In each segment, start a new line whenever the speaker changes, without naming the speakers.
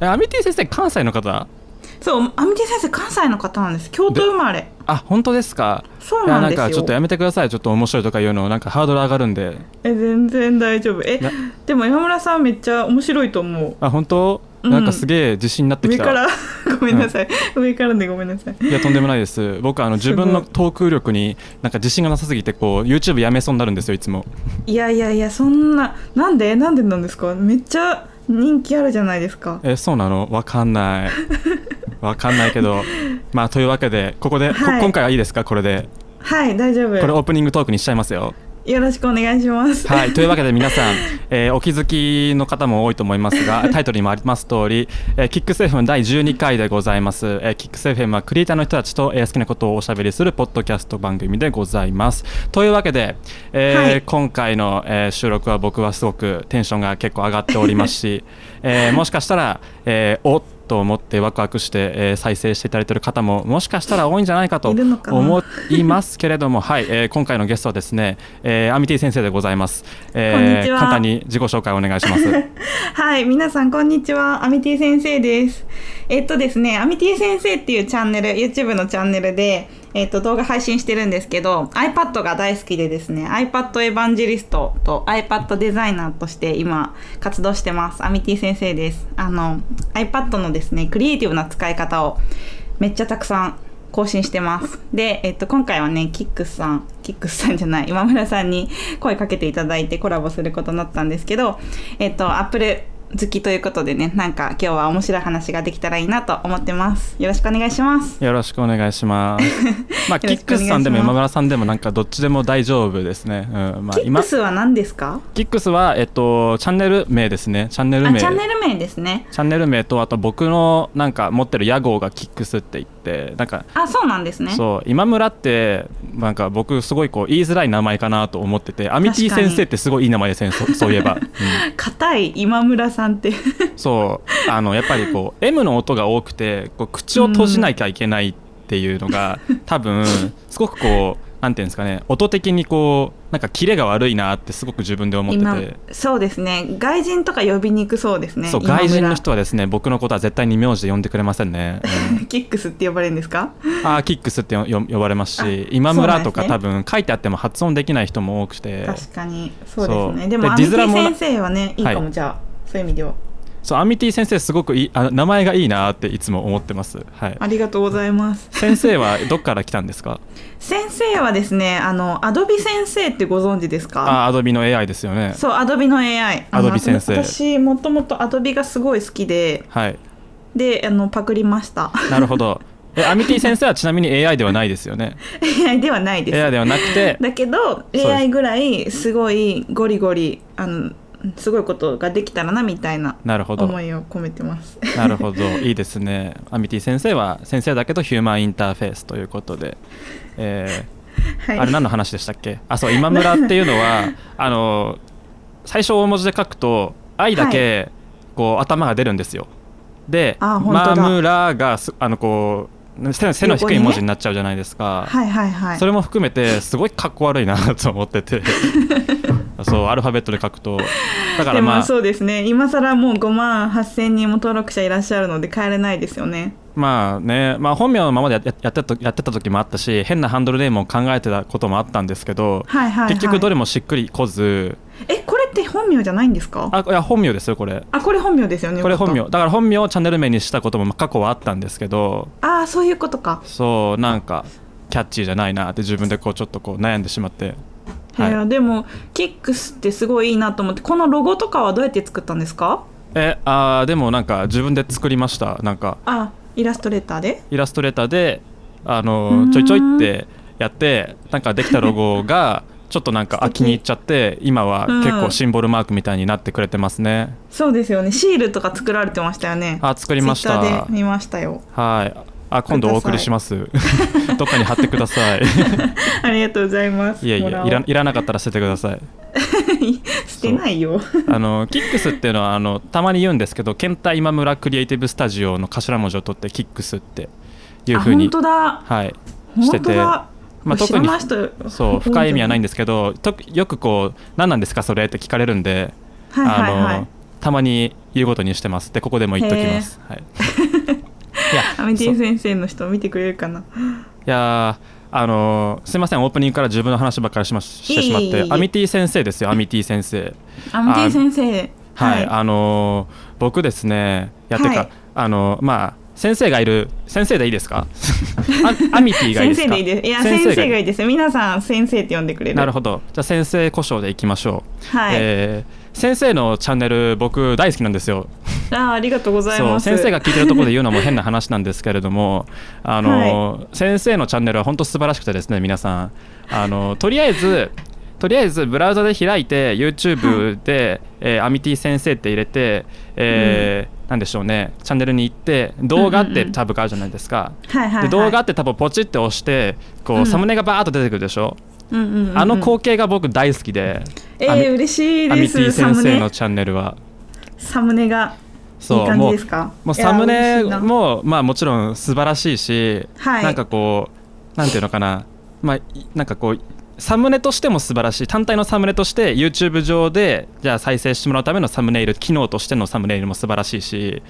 えアミティ先生関西の方
そうアミティ先生関西の方なんです京都生まれ
あ本当ですか
そうなん
いや
ですよ
なんかちょっとやめてくださいちょっと面白いとか言うのなんかハードル上がるんで
え全然大丈夫え
な
でも山村さんめっちゃ面白いと思う
あ本当
うん
なんかすげえ自信になって
上
きた、
からごめんなさい、上からでごめんなさい
いやとんでもないです僕あの
すご
自分
い
のトーク力になんか自信がなさすぎてこう YouTube やめそうになるんですよいつも
いやいやいやそんななんでなんでなんですかめっちゃ人気あるじゃないですか
えそうなのわかん ないわかんないけどまあというわけでここで、こ
はい
今回はいいですかこれで
はい大丈夫
これオープニングトークにしちゃいますよ
よろしくお願いします
はい、というわけで皆さん、えーお気づきの方も多いと思います がタイトルにもあります通り、えー、キックス FM 第12回でございます、えー、キックス FM はクリエイターの人たちと、えー好きなことをおしゃべりするポッドキャスト番組でございますというわけで、えー
はい
今回の、えー収録は僕はすごくテンションが結構上がっております し、えーもしかしたら、えーおっと思ってワクワクして、えー再生していただいている方ももしかしたら多いんじゃないかと
いるのかな
思いますけれども、はい、えー今回のゲストはですね、えーアミティ先生でございます。えー
こんにちは
簡単に自己紹介お願いします。
はい、皆さんこんにちは、アミティ先生です。えっとですね、アミティ先生っていうチャンネル、YouTube のチャンネルで、えっと動画配信してるんですけど、iPad が大好きでですね、iPad エヴァンジェリストと iPad デザイナーとして今活動してます。アミティ先生です。あの iPad のですね、クリエイティブな使い方をめっちゃたくさん更新してます。で、えっと、今回はね、キックスさん、キックスさんじゃない、今村さんに声かけていただいてコラボすることになったんですけど、えっと、アップル好きということでね、なんか今日は面白い話ができたらいいなと思ってます。よろしくお願いします。
よろしくお願いします。まあ、
よ
キ
ろ
ッ
しくお願いします
クスさんでも今村さんでもなんかどっちでも大丈夫ですね。うん、まあ
キッ
今
クスは何ですか
キックスはえっとチャンネル名ですね。チャンネル
あ、
名。
チャンネル名ですね。
チャンネル名とあと僕のなんか持ってる屋号がキックスって言ってなんか
あ、そうなんですね。
そう今村ってなんか僕すごいこう言いづらい名前かなと思っててアミティ
確かに
先生ってすごいいい名前ですねそそういえば、うん
硬い今村さんって。
そうあのやっぱりこう M の音が多くてこう口を閉じなきゃいけないっていうのが多分すごくこうなんていうんですかね音的にこうなんかキレが悪いなってすごく自分で思
今
ってて。、
そうですね。外人とか呼びにくそうですね。
そう
今村
外人の人はですね僕のことは絶対に名字で呼んでくれませんね、
キックスって呼ばれるんですか
うん、あーキックスってよよ呼ばれます
あ
し今村とか、
そう
多
なん
分書いてあっても発音できない人も多くて
確かにそうです
そ
ね
う
で
で
もア
字
ミテ
面
ィ
もな
先生はねいいかも、
はい
じゃあそういう意味では
そうアミティ先生すごくいいあ名前がいいなっていつも思ってます、はい、
ありがとうございます
先生はどっから来たんですか
先生はですねあのアドビ先生ってご存知ですか
あアドビの AI ですよね
そうアドビの AI あの
Adobe 先生
私もともとアドビがすごい好きで
はい
であのパクりました
なるほど。え、アミティ先生はちなみに AI ではないですよね。
AI ではないです
AI ではなくて、
だけど
です
AI ぐらいすごいゴリゴリあのすごいことができたらなみたいな
なるほど。
思いを込めてます
なるほど。いいですね。アミティ先生は先生だけどヒューマンインターフェースということで。え
は
ー
い
あれ何の話でしたっけあ、そう、今村っていうの は、あの、最初大文字で書くと、愛だけ、こう、頭が出るんですよ。で、
あ本当だ
まむらがす、あの、こう、背の背の低い文字になっちゃうじゃないですか。
はいはいはい
それも含めてすごいかっこ悪いなと思ってて そうアルファベットで書くとだから
でも
まあ
そうですね今更もう5万8000人も登録者いらっしゃるので帰れないですよね
まあね、まあ、本名のままでややってたやってた時もあったし変なハンドルネームを考えてたこともあったんですけど、
はいはい、はい、
結局どれ
れ
もしっくりこず
えこれって本名じゃないんですかあ
あいや本名ですよこれ
これ本名ですよね
これ本名
よかっ
だから本名をチャンネル名にしたことも過去はあったんですけど
たああそういうことか、
そうなんかキャッチーじゃないなって自分でこうちょっとこう悩んでしまって、
い、
はい、
やでもキックスってすごいいいなと思ってこのロゴとかはどうやって作ったんですか
えあーでもなんか自分で作りましたなんか
あイラストレーターで
イラストレーターであ
う
の
ん
ちょいちょいってやってなんかできたロゴ がちょっとなんかあ
素敵
気に入っちゃって今は
うん
結構シンボルマークみたいになってくれてますね、
そうですよねシールとか作られてましたよね
あ作りました
Twitter
は
で見ましたよ
いあ今度お送りします どっかに貼ってくださ い
ありがとうございます
いやい
も
や
らおう
いらいらなかったら捨ててくだ さい
捨てないよ
あのキックスっていうのはあのたまに言うんですけど「健太今村クリエイティブスタジオ」の頭文字を取ってキックスっていう
あ
ふうに
本当だ
はいして
本当
て
だ
まあ
知
特
ら
に
ない人
そう深い意味はないん
で
ですけどとよくこう「何なんですかそれ?」って聞かれるんで、
はいはいはい
あのたまに言うことにしてますでここでも言っときます、 はい、いや
アメテ
そう
ィ先生の人見てくれるかない
やーあのーすいませんオープニングから自分の話ばっかりしまししてしまっ
いえいえい
て
え
アミティ先生ですよアミティ先生
アメティ先生
はい、あのー僕ですねいやってか、
はい
あのーまあ先生がいる先生でいいです かあアミティがいいで
先
す
生
か
でいいですいや先生がいいです皆さん先生って呼んでくれる
なるほどじゃあ先生故障でいきましょう、
はい、
えー先生のチャンネル僕大好きなんですよ
あーありがとうござい
そう
ます
先生が聞いてるところで言うのも変な話なんですけれどもあの、先生のチャンネルは本当素晴らしくてですね皆さんあのとりあえずとりあえずブラウザで開いて YouTube で、えーアミティ先生って入れて、えーなんでしょうねチャンネルに行って動画っ
うんう
て
んうん
タブがあるじゃないですか、
はいはいはい
で動画って多分ポチって押してこう、
うん
サムネがバーッと出てくるでしょ、
うんうんうんうん
あの光景が僕大好きで、
え
アミ
ー、嬉しい
アミ
で
ティ
すサ
先
ム
生
ネ
のチャンネルは。
サムネがい
そ
いう感じ
もう
ですか
もうサム
い
ネ
やー嬉しいな
もまあもちろん素晴らしいし、
はい
なんかこうなんていうのかなまあいなんかこうサムネとしても素晴らしい単体のサムネとして YouTube 上でじゃあ再生してもらうためのサムネイル機能としてのサムネイルも素晴らしいし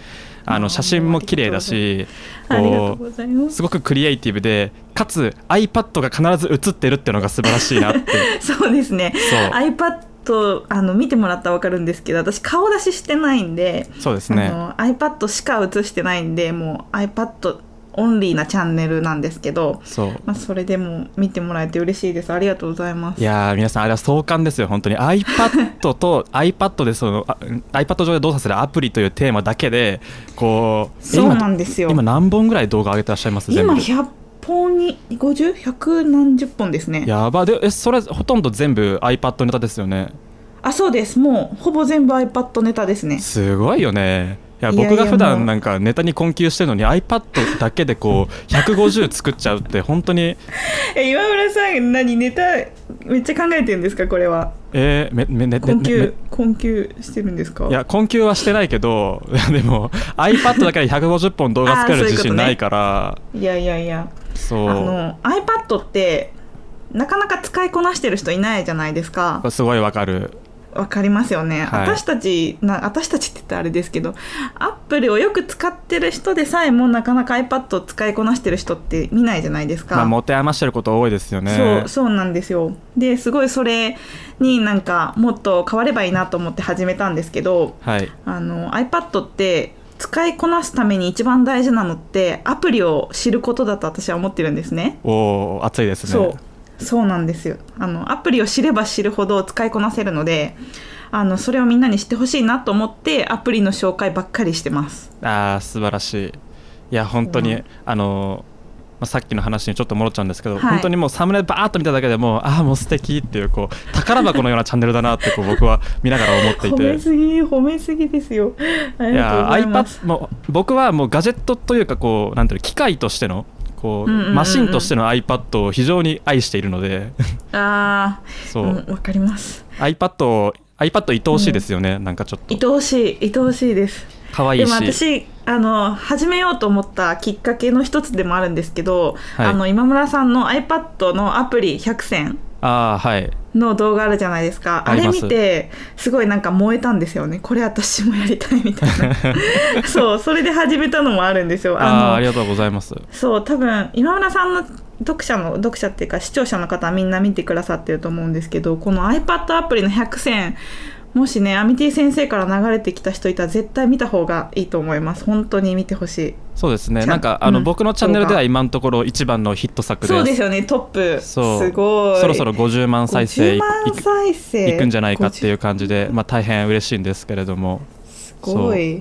あ
あ
の
ー
写真も綺麗だし
ありがとう
こ
ございま
う
す
すごくクリエイティブでかつ iPad が必ず映ってるっていうのが素晴らしいなって
そうですね
そう
iPad あの見てもらったら分かるんですけど私顔出ししてないんで
そうですね
あの iPad しか映してないんでもう iPad オンリーなチャンネルなんですけど、
そう
まあ、それでも見てもらえて嬉しいですありがとうございます
いやー皆さんあれは壮観ですよ本当に iPad と iPad でそのあ iPad 上で動作するアプリというテーマだけでこうえ
そうなんですよ
今今何本ぐらい動画上げてらっしゃいます全
今
部
100本に50100何十本ですね
やばでえそれほとんど全部 iPad ネタですよね
あそうですもうほぼ全部 iPad ネタですね
すごいよねいや
いやいや
僕が普
も
段
う
なんかネタに困窮してるのに iPad だけでこう150作っちゃうって本当に
え今村さん何ネタめっちゃ考えてるんですかこれは
えー、めめめめ
困
め
窮困窮してるんですか
いや困窮はしてないけどでも iPad だけで150本動画作れる
あーそういう
自
ことね
信ないから
いやいやいや
そう
あの iPad ってなかなか使いこなしてる人いないじゃないですか
すごいわかる
わかりますよね、
はい
私たちな私たちって言ったらあれですけどアップルをよく使ってる人でさえもなかなか iPad を使いこなしてる人って見ないじゃないですか、
まあ持て余してること多いですよね
そうそうなんですよですごいそれになんかもっと変わればいいなと思って始めたんですけど
はい
あの iPad って使いこなすために一番大事なのってアプリを知ることだと私は思ってるんですね。
おお暑いですね
そうそうなんですよあのアプリを知れば知るほど使いこなせるのであのそれをみんなに知ってほしいなと思ってアプリの紹介ばっかりしてます
ああ素晴らしいいや本当に、
うん
あのまあさっきの話にちょっと戻っちゃうんですけど、
はい
本当にもうサムネバーっと見ただけでもうああもう素敵っていうこう宝箱のようなチャンネルだなってこう僕は見ながら思ってい
褒
て
めすぎ褒めすぎですよありがとう
や
ございます
iPad もう僕はもうガジェットというかこうなんていうの機械としてのこう,、
うんうんうんうん
マシンとしての iPad を非常に愛しているので
ああ
そう、
わ、うん、わかります
iPad を iPad 愛おしいですよね、なんかちょっと
愛おしい愛おしいです
可愛い
で
し
も私あの始めようと思ったきっかけの一つでもあるんですけど、
はい
あの今村さんの iPad のアプリ100選
ああはい
の動画あるじゃないですかあ
あり
れ
ます
見てすごいなんか燃えたんですよねこれ私もやりたいみたい なそうそれで始めたのもあるんですよ
ああーあ
あ
り
の
がとうございます
そう多分今村さんの読者の読者っていうか視聴者の方はみんな見てくださってると思うんですけどこの iPad アプリの100選もしねアミティ先生から流れてきた人いたら絶対見た方がいいと思います本当に見てほしい
そうですね
ちゃん
なんかあの、
うん
僕のチャンネルでは今のところ一番のヒット作です
そうですよねトップ
そう
すごい
そろそろ50万再生い
50万再生
いくんじゃないかっていうう感じで、まあ、大変嬉しいんですけれども
すごい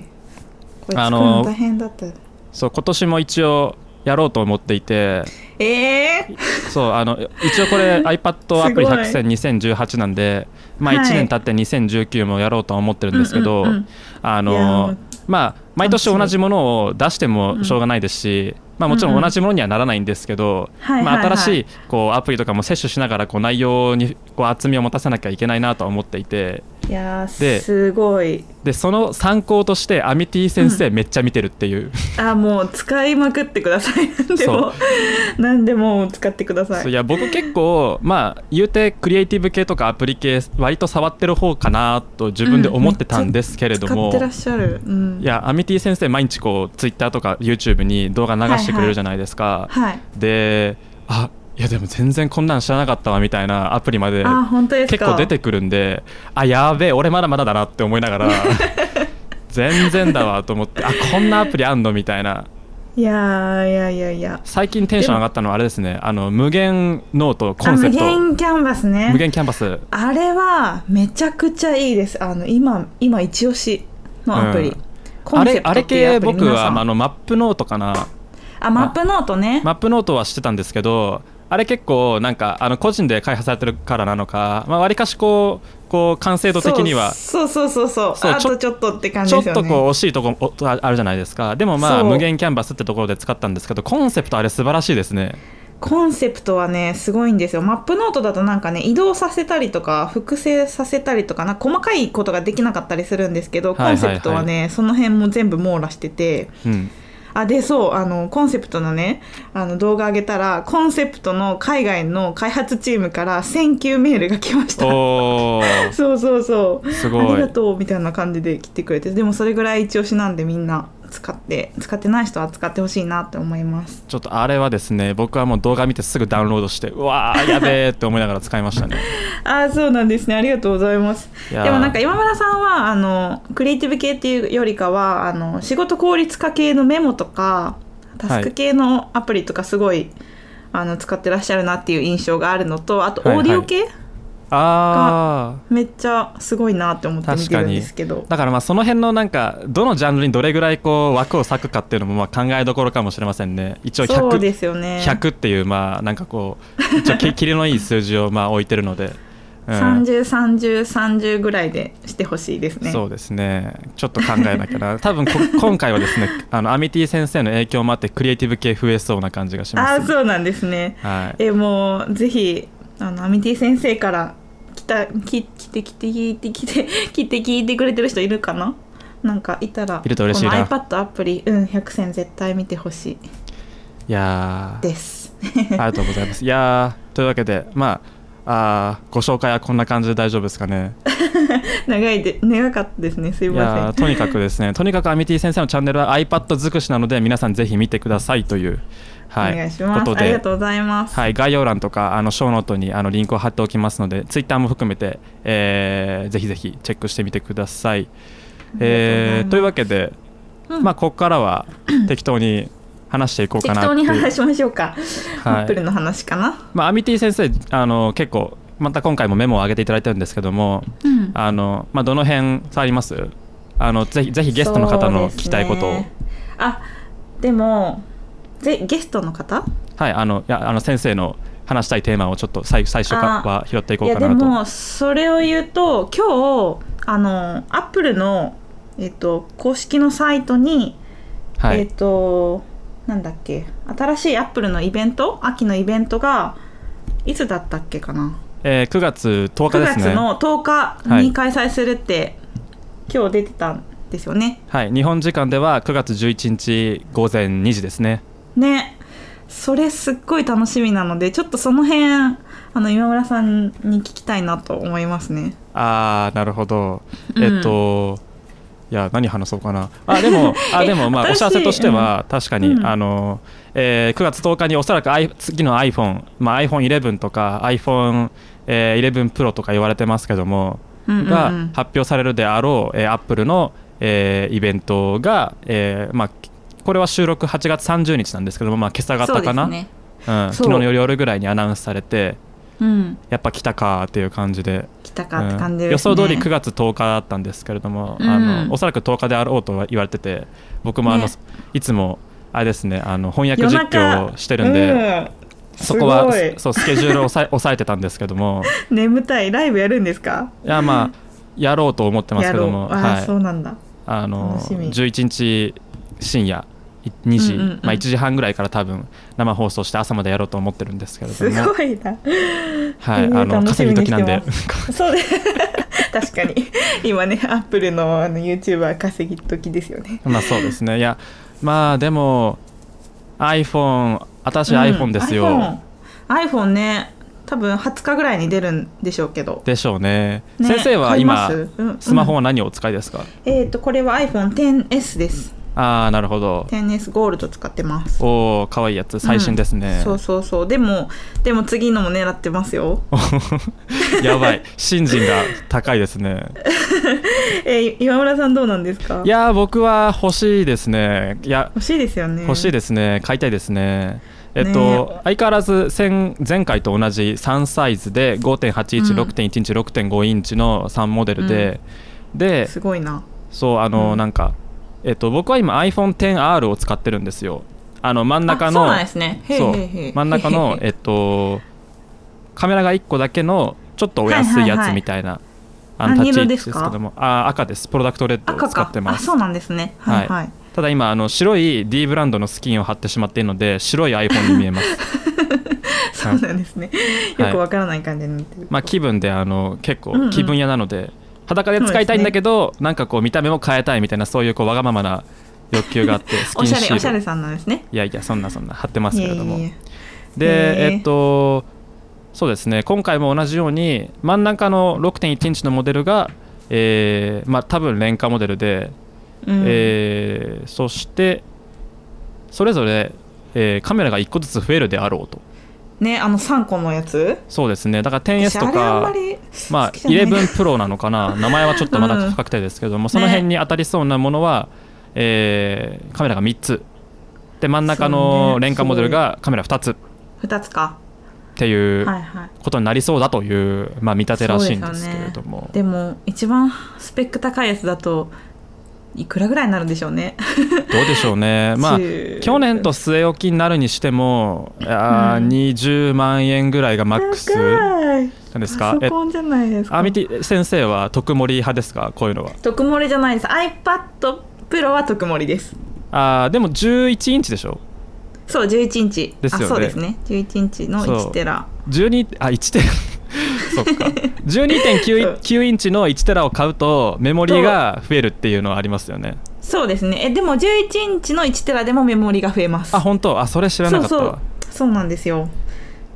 これ作
あ
る
の
の大変だった
そう今年も一応やろうと思っていて
えー、
そうあの一応これ iPad アプリ100選2018なんで、まあ、
は
1
い
年経って2019もやろうとは思ってるんですけど、
うんうんうん
あ
いや
の
ー
まあ毎年同じものを出してもしょうがないですし、まあ、もちろ
うんんう
同
ん
じものにはならないんですけど、
はい
ま
は
あ、
いはい
新しいこうアプリとかも摂取しながらこう内容にこう厚みを持たせなきゃいけないなとは思っていて
いいやー
です
ごい
でその参考としてアミティ先生めっちゃ見てるっていう、
あもう使いまくってください何で
そ
も何でも使ってくださ
そう
い
いや僕結構まあ言うてクリエイティブ系とかアプリ系割と触ってる方かなと自分で思ってたんですけれど
使
も、
ってらっしゃる、うん、
いやアミティ先生毎日こうツイッターとか YouTube に動画流してくれるじゃないですか、
はい
であいやでも全然こんなん知らなかったわみたいなアプリまで
あ本当ですか
結構出てくるんであやべえ俺まだまだだなって思いなが ら全然だわと思ってあこんなアプリあんのみたいない
やーいやいやいや
最近テンション上がったのはあれですねあの無限ノートコ
あ
ンセ
無
プト
限キャンバスね
無限キャンパス
あれはめちゃくちゃいいですあの今今一押しのアプリ、
うん
コ
あ
ンセ
れ
プト
あれ
っていう
系
アプリ
僕
皆さ
は
ん
あのマップノートかな
あマップノートね、
マップノートは知ってたんですけどあれ結構なんかあの個人で開発されてるからなのかまあ、割かしこうこう完成度的には
そうそうそうそう
そう
あ
ちょ
とちょっとって感じ
ちょっ
ですよ
と
ね
こう惜しいとこおとああるじゃないですかでもまあ
そう
無限キャンバスってところで使ったんですけどコンセプトあれ素晴らしいですね
コンセプトはねすごいんですよマップノートだとなんかね移動させたりとか複製させたりとかなんか細かいことができなかったりするんですけどコンセプトはね、
は
その辺も全部網羅してて
うん
あでそうあのコンセプトのねあの動画上げたらコンセプトの海外の開発チームから選球メールが来ました
おー
そうそうそう
す
あ
ご
りが
い
とうみたいな感じで来てくれてでもそれぐらい一押しなんでみんな使って使ってない人は使ってほしいなって思います
ちょっとあれはですね僕はもう動画見てすぐダウンロードしてうわーやべえって思いながら使いましたね
あーそうなんですねありがとうございます
い
で
やー
もなんか今村さんはあのクリエイティブ系っていうよりかはあの仕事効率化系のメモとかタスク系のアプリとかすごい、あの使ってらっしゃるなっていう印象があるのとあと
はいはい
オーディオ系、
あー
めっちゃすごいなって思って見てるんですけど
だからまあその辺のなんかどのジャンルにどれぐらいこう枠を割くかっていうのもまあ考えどころかもしれませんね一応
そう
100,
ですよね
100っていうまあなんかこう一応き切りのいい数字をまあ置いてるので、うん
303030ぐらいでしてほしいですね
そうですねちょっと考えなきゃな 多分こ今回はですねあのアミティ先生の影響もあってクリエイティブ系増えそうな感じがし
あ
ま
あ
す、
そうなんですね
はい、
えもうぜひあのアミティ先生から来たき来て来て聞いて来て 来て聞いてくれてる人いるかななんかいたら
いると嬉しいな
この iPad アプリうん100選絶対見てほしい
いやー
です
ありがとうございますいやーというわけでまああーご紹介はこんな感じで大丈夫ですかね
長いで長かったですねすい
いやー
ません
とにかくですねとにかくアミティ先生のチャンネルは iPad 尽くしなので皆さんぜひ見てくださいという、はい、
お願いしま
こ
す
と
ありが
で
とうございます
はい、概要欄とかあのショーノートにあのリンクを貼っておきますのでツイッターも含めて、えーぜひぜひチェックしてみてください。えーというわけで、
うん
まあ、ここからは適当に話していこうか
適
なって
当に
いう
話しましょうか、
はい
アップルの話かな
まあ、アミティ先生あの結構また今回もメモを上げていただいてるんですけども
うん
あの、まあ、どの辺触りますあのぜひぜひゲストの方の聞きたいこと
そ
を、
うですねあでもぜゲストの方
はい、あのいやあの先生の話したいテーマをちょっと最最初か
あー
は拾っていこ
いうや
か
で
なと。
もそれを言うと今日あのアップルの、えっと、公式のサイトに、
は
えっ
い、
となんだっけ新しいアップルのイベント秋のイベントがいつだったっけかな、
えー、9月10日
9
ですね。
月の10日に開催するって、今日出てたんですよね
はい、日本時間では9月11日午前2時ですね。
ねそれすっごい楽しみなのでちょっとその辺あの今村さんに聞きたいなと思いますね
あーなるほど。
うん
えっと、いや何話そうかな。あで もあでもまあお
新し
知
い
らせとしては確かに、
うん
あの、えー9月10日におそらく i 次の iPhone、まあ iPhone11 とか iPhone11、えー11 Pro とか言われてますけども、
うんうんうん
が発表されるであろう、えー、Apple の、えーイベントが、えーまあこれは収録8月30日なんですけども、まあ、今朝
そ
方
うで
か
す
な、
ね
うん、
そう
昨日の夜ぐらいにアナウンスされて
うん
やっぱ来たかっていう感じで
来たかって感じです、ね
うん予想通り9月10日だったんですけれども、
うん
あのおそらく10日であろうとは言われてて僕もあの、
ね
いつもあれですねあの翻訳実況をしてるん
夜
で、
中うん
そこは
すごい
そうスケジュールを抑え 抑えてたんですけども
眠たいライブやるんですか
いやまあやろうと思ってます
や
け
ろ
ど
う
も
あー、
はい
そうなんだ
あの
楽しみ
11日深夜い2時、
うんうんうん
まあ、1時半ぐらいから多分生放送して朝までやろうと思ってるんですけれど
す
も、
ごいな
はい、
えー
あの
楽し
稼
み
ぎ時
にし
なん
て
で
まそうです 確かに今ねアップルのあの YouTuber 稼ぎ時ですよね
まあそうですねいやまあでも iPhone 新しい iPhone ですよ、
うん、iPhone, iPhone ね多分20日ぐらいに出るんでしょうけど
でしょうね
ね
先生は
買い
今
ますうん
スマホは何をお使いですか、
えっ、とこれは iPhone10S です
ああなるほど
10S ゴールド使ってます
おお可愛いやつ最新ですね、
そうそうそうでもでも次のも狙ってますよ、
やばい新人が高いですね
えー今村さんどうなんですか
いやー僕は欲しいですねいや
欲しいですよね
欲しい
で
ですね買いたいですねえっと、相変わらず先前回と同じ3サイズで
うん
5.816.1インチ6.5インチの3モデルで、です
ごいな
そうあの、
うん
なんか、えっと、僕は今 iPhone10R を使ってるんですよあの真ん中
あそう
の
なんですねへいへ
そう
いへい
真ん中 のえっとカメラが1個だけのちょっとお安いやつみたいな、あの
何
立ち位
色
置で
です
す
か
けどもあ赤ですプロダクトレッド
赤
を使
か
ってま
あ
す
そうなんですねはいはい、
ただ今あの白い D ブランドのスキンを貼ってしまっているので白い iPhone に見えます
そうなんですね、
はい
よくわからない感じになってる、
まあ気分であの結
うんう
構
ん
気分屋なので、裸で使いたいんだけど、なんかこう見た目も変えたいみたいなそういうこうわがままな欲求があってスキ
お
ン
しゃれ
シ
おしゃ
ー
れ
ル
さんなんですね
いやいやそんなそんな貼ってますけれども
いえいえいへ
で
ー
えっとそうですね今回も同じように真ん中の6.1インチのモデルが、えーまあ、多分廉価モデルで、
えうん
えーそしてそれぞれ、えーカメラが1個ずつ増えるであろうと
ねあの3個のやつ
そうですねだから 10S と
私あれあんま
か
り
まあ
好きじゃないな
11Pro なのかな名前はちょっとまだ不確定ですけども、その辺に当たりそうなものは、えーカメラが3つで真ん中
そう
の
ね
廉価モデルがカメラ2つっ
2つか
ていう
はいはい
ことになりそうだという、まあ、見立てらしいんですけれども、
でも一番スペック高いやつだといくらぐらいになるんでしょうね
どうでしょうね まあ
中
去年と据え置きになるにしても、あ
うん
ー20万円ぐらいがマックスな
高い
んです
パ
かえ
ソコンじゃないですか
アミティ先生は特盛り派ですかこういうのは
特盛りじゃないです iPad プロは特盛りです
あーでも11インチでしょ
そう11インチ
ですよね
あそうですね11インチの
そう
1テラ
12あ1テラ そっか
そう
12.99インチの1テラを買うとメモリーが増えるっていうのはありますよね
そうですねえでも11インチの1テラでもメモリが増えます
あ本当あそれ知らなかったわ
そうそうそうなんですよ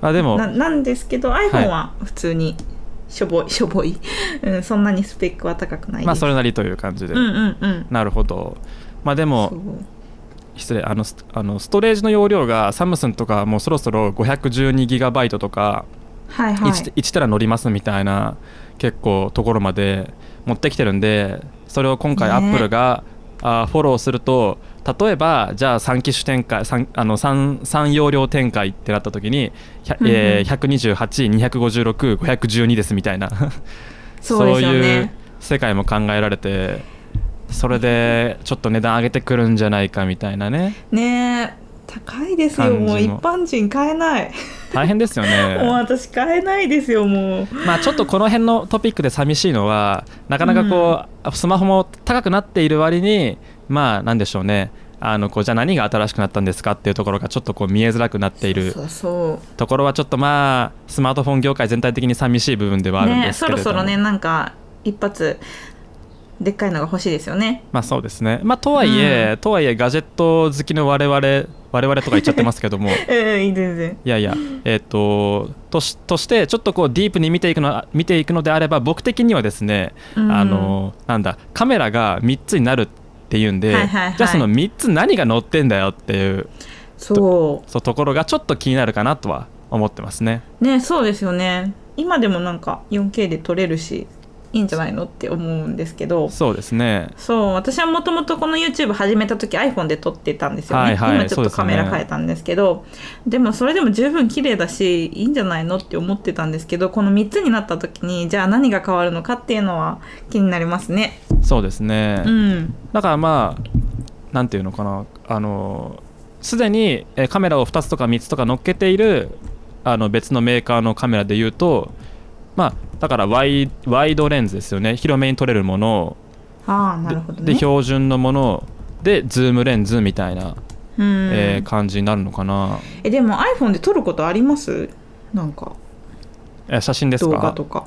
あでも
ななんですけど iPhone は普通にしょぼいし ょぼい、うん、そんなにスペックは高くないです
まあそれなりという感じで、
うんうんうん
なるほどまあでも
そう
失礼あのスあのストレージの容量がサムスンとかもうそろそろ 512GB とか
はいはい
1, 1テラ乗りますみたいな結構ところまで持ってきてるんでそれを今回
ね
アップルが、あフォローすると例えばじゃあ3機種展開 3, あの 3, 3容量展開ってなった時に、ひゃ
うんうん
えー、128256512ですみたいな
そうですよ
い
ね
う世界も考えられてそれでちょっと値段上げてくるんじゃないかみたいなね。
ねえ高いです
感じ
よ
の
もう一般人買えない、
大変ですよ
もう
ね。
私買えないですよもう
まあちょっとこの辺のトピックで寂しいのはなかなかこう、スマホも高くなっている割にまあなんでしょうねあのこうじゃあ何が新しくなったんですかっていうところがちょっとこう見えづらくなっている
そうそう
ところはちょっとまあスマートフォン業界全体的に寂しい部分ではあるん
ね
で
え
す
そ
けれ
ろ
ども、
そろねなんか一発でっかいのが欲しいですよね
まあそうですねまあとはいえ、とはいえガジェット好きの我々我々とか言っちゃってますけども
うんいい全然
いやいや、えっ、ととし、として、ちょっとこうディープに見ていくの、見ていくのであれば、僕的にはですね。
うん
あの、なんだ、カメラが三つになるっていうんで、
はいはいはい
じゃあ、その三つ何が載ってんだよっていう。
そ
そう、ところがちょっと気になるかなとは思ってますね。
うねえそうですよね今でもなんか 4K で撮れるしいいんじゃないのって思うんですけど
そうですね。
そう私はもともとこの YouTube 始めた時 iPhone で撮ってたんですよね、
はいはい
今ちょ
そう
っ
で
と
すね
カメラ変えたんですけどでもそれでも十分綺麗だしいいんじゃないのって思ってたんですけどこの3つになった時にじゃあ何が変わるのかっていうのは気になりますね
そうですね。
うん
だから、まあ、なんていうのかな、あの。すでにえーカメラを2つとか3つとか乗っけているあの別のメーカーのカメラで言うと、まあ、だからワイワイドレンズですよね広めに撮れるものを
ああなるほど
で
ね
標準のものでズームレンズみたいな、
うん
えー感じになるのかな
えでも iPhone で撮ることありますなんか
え写真です
動
か
画とか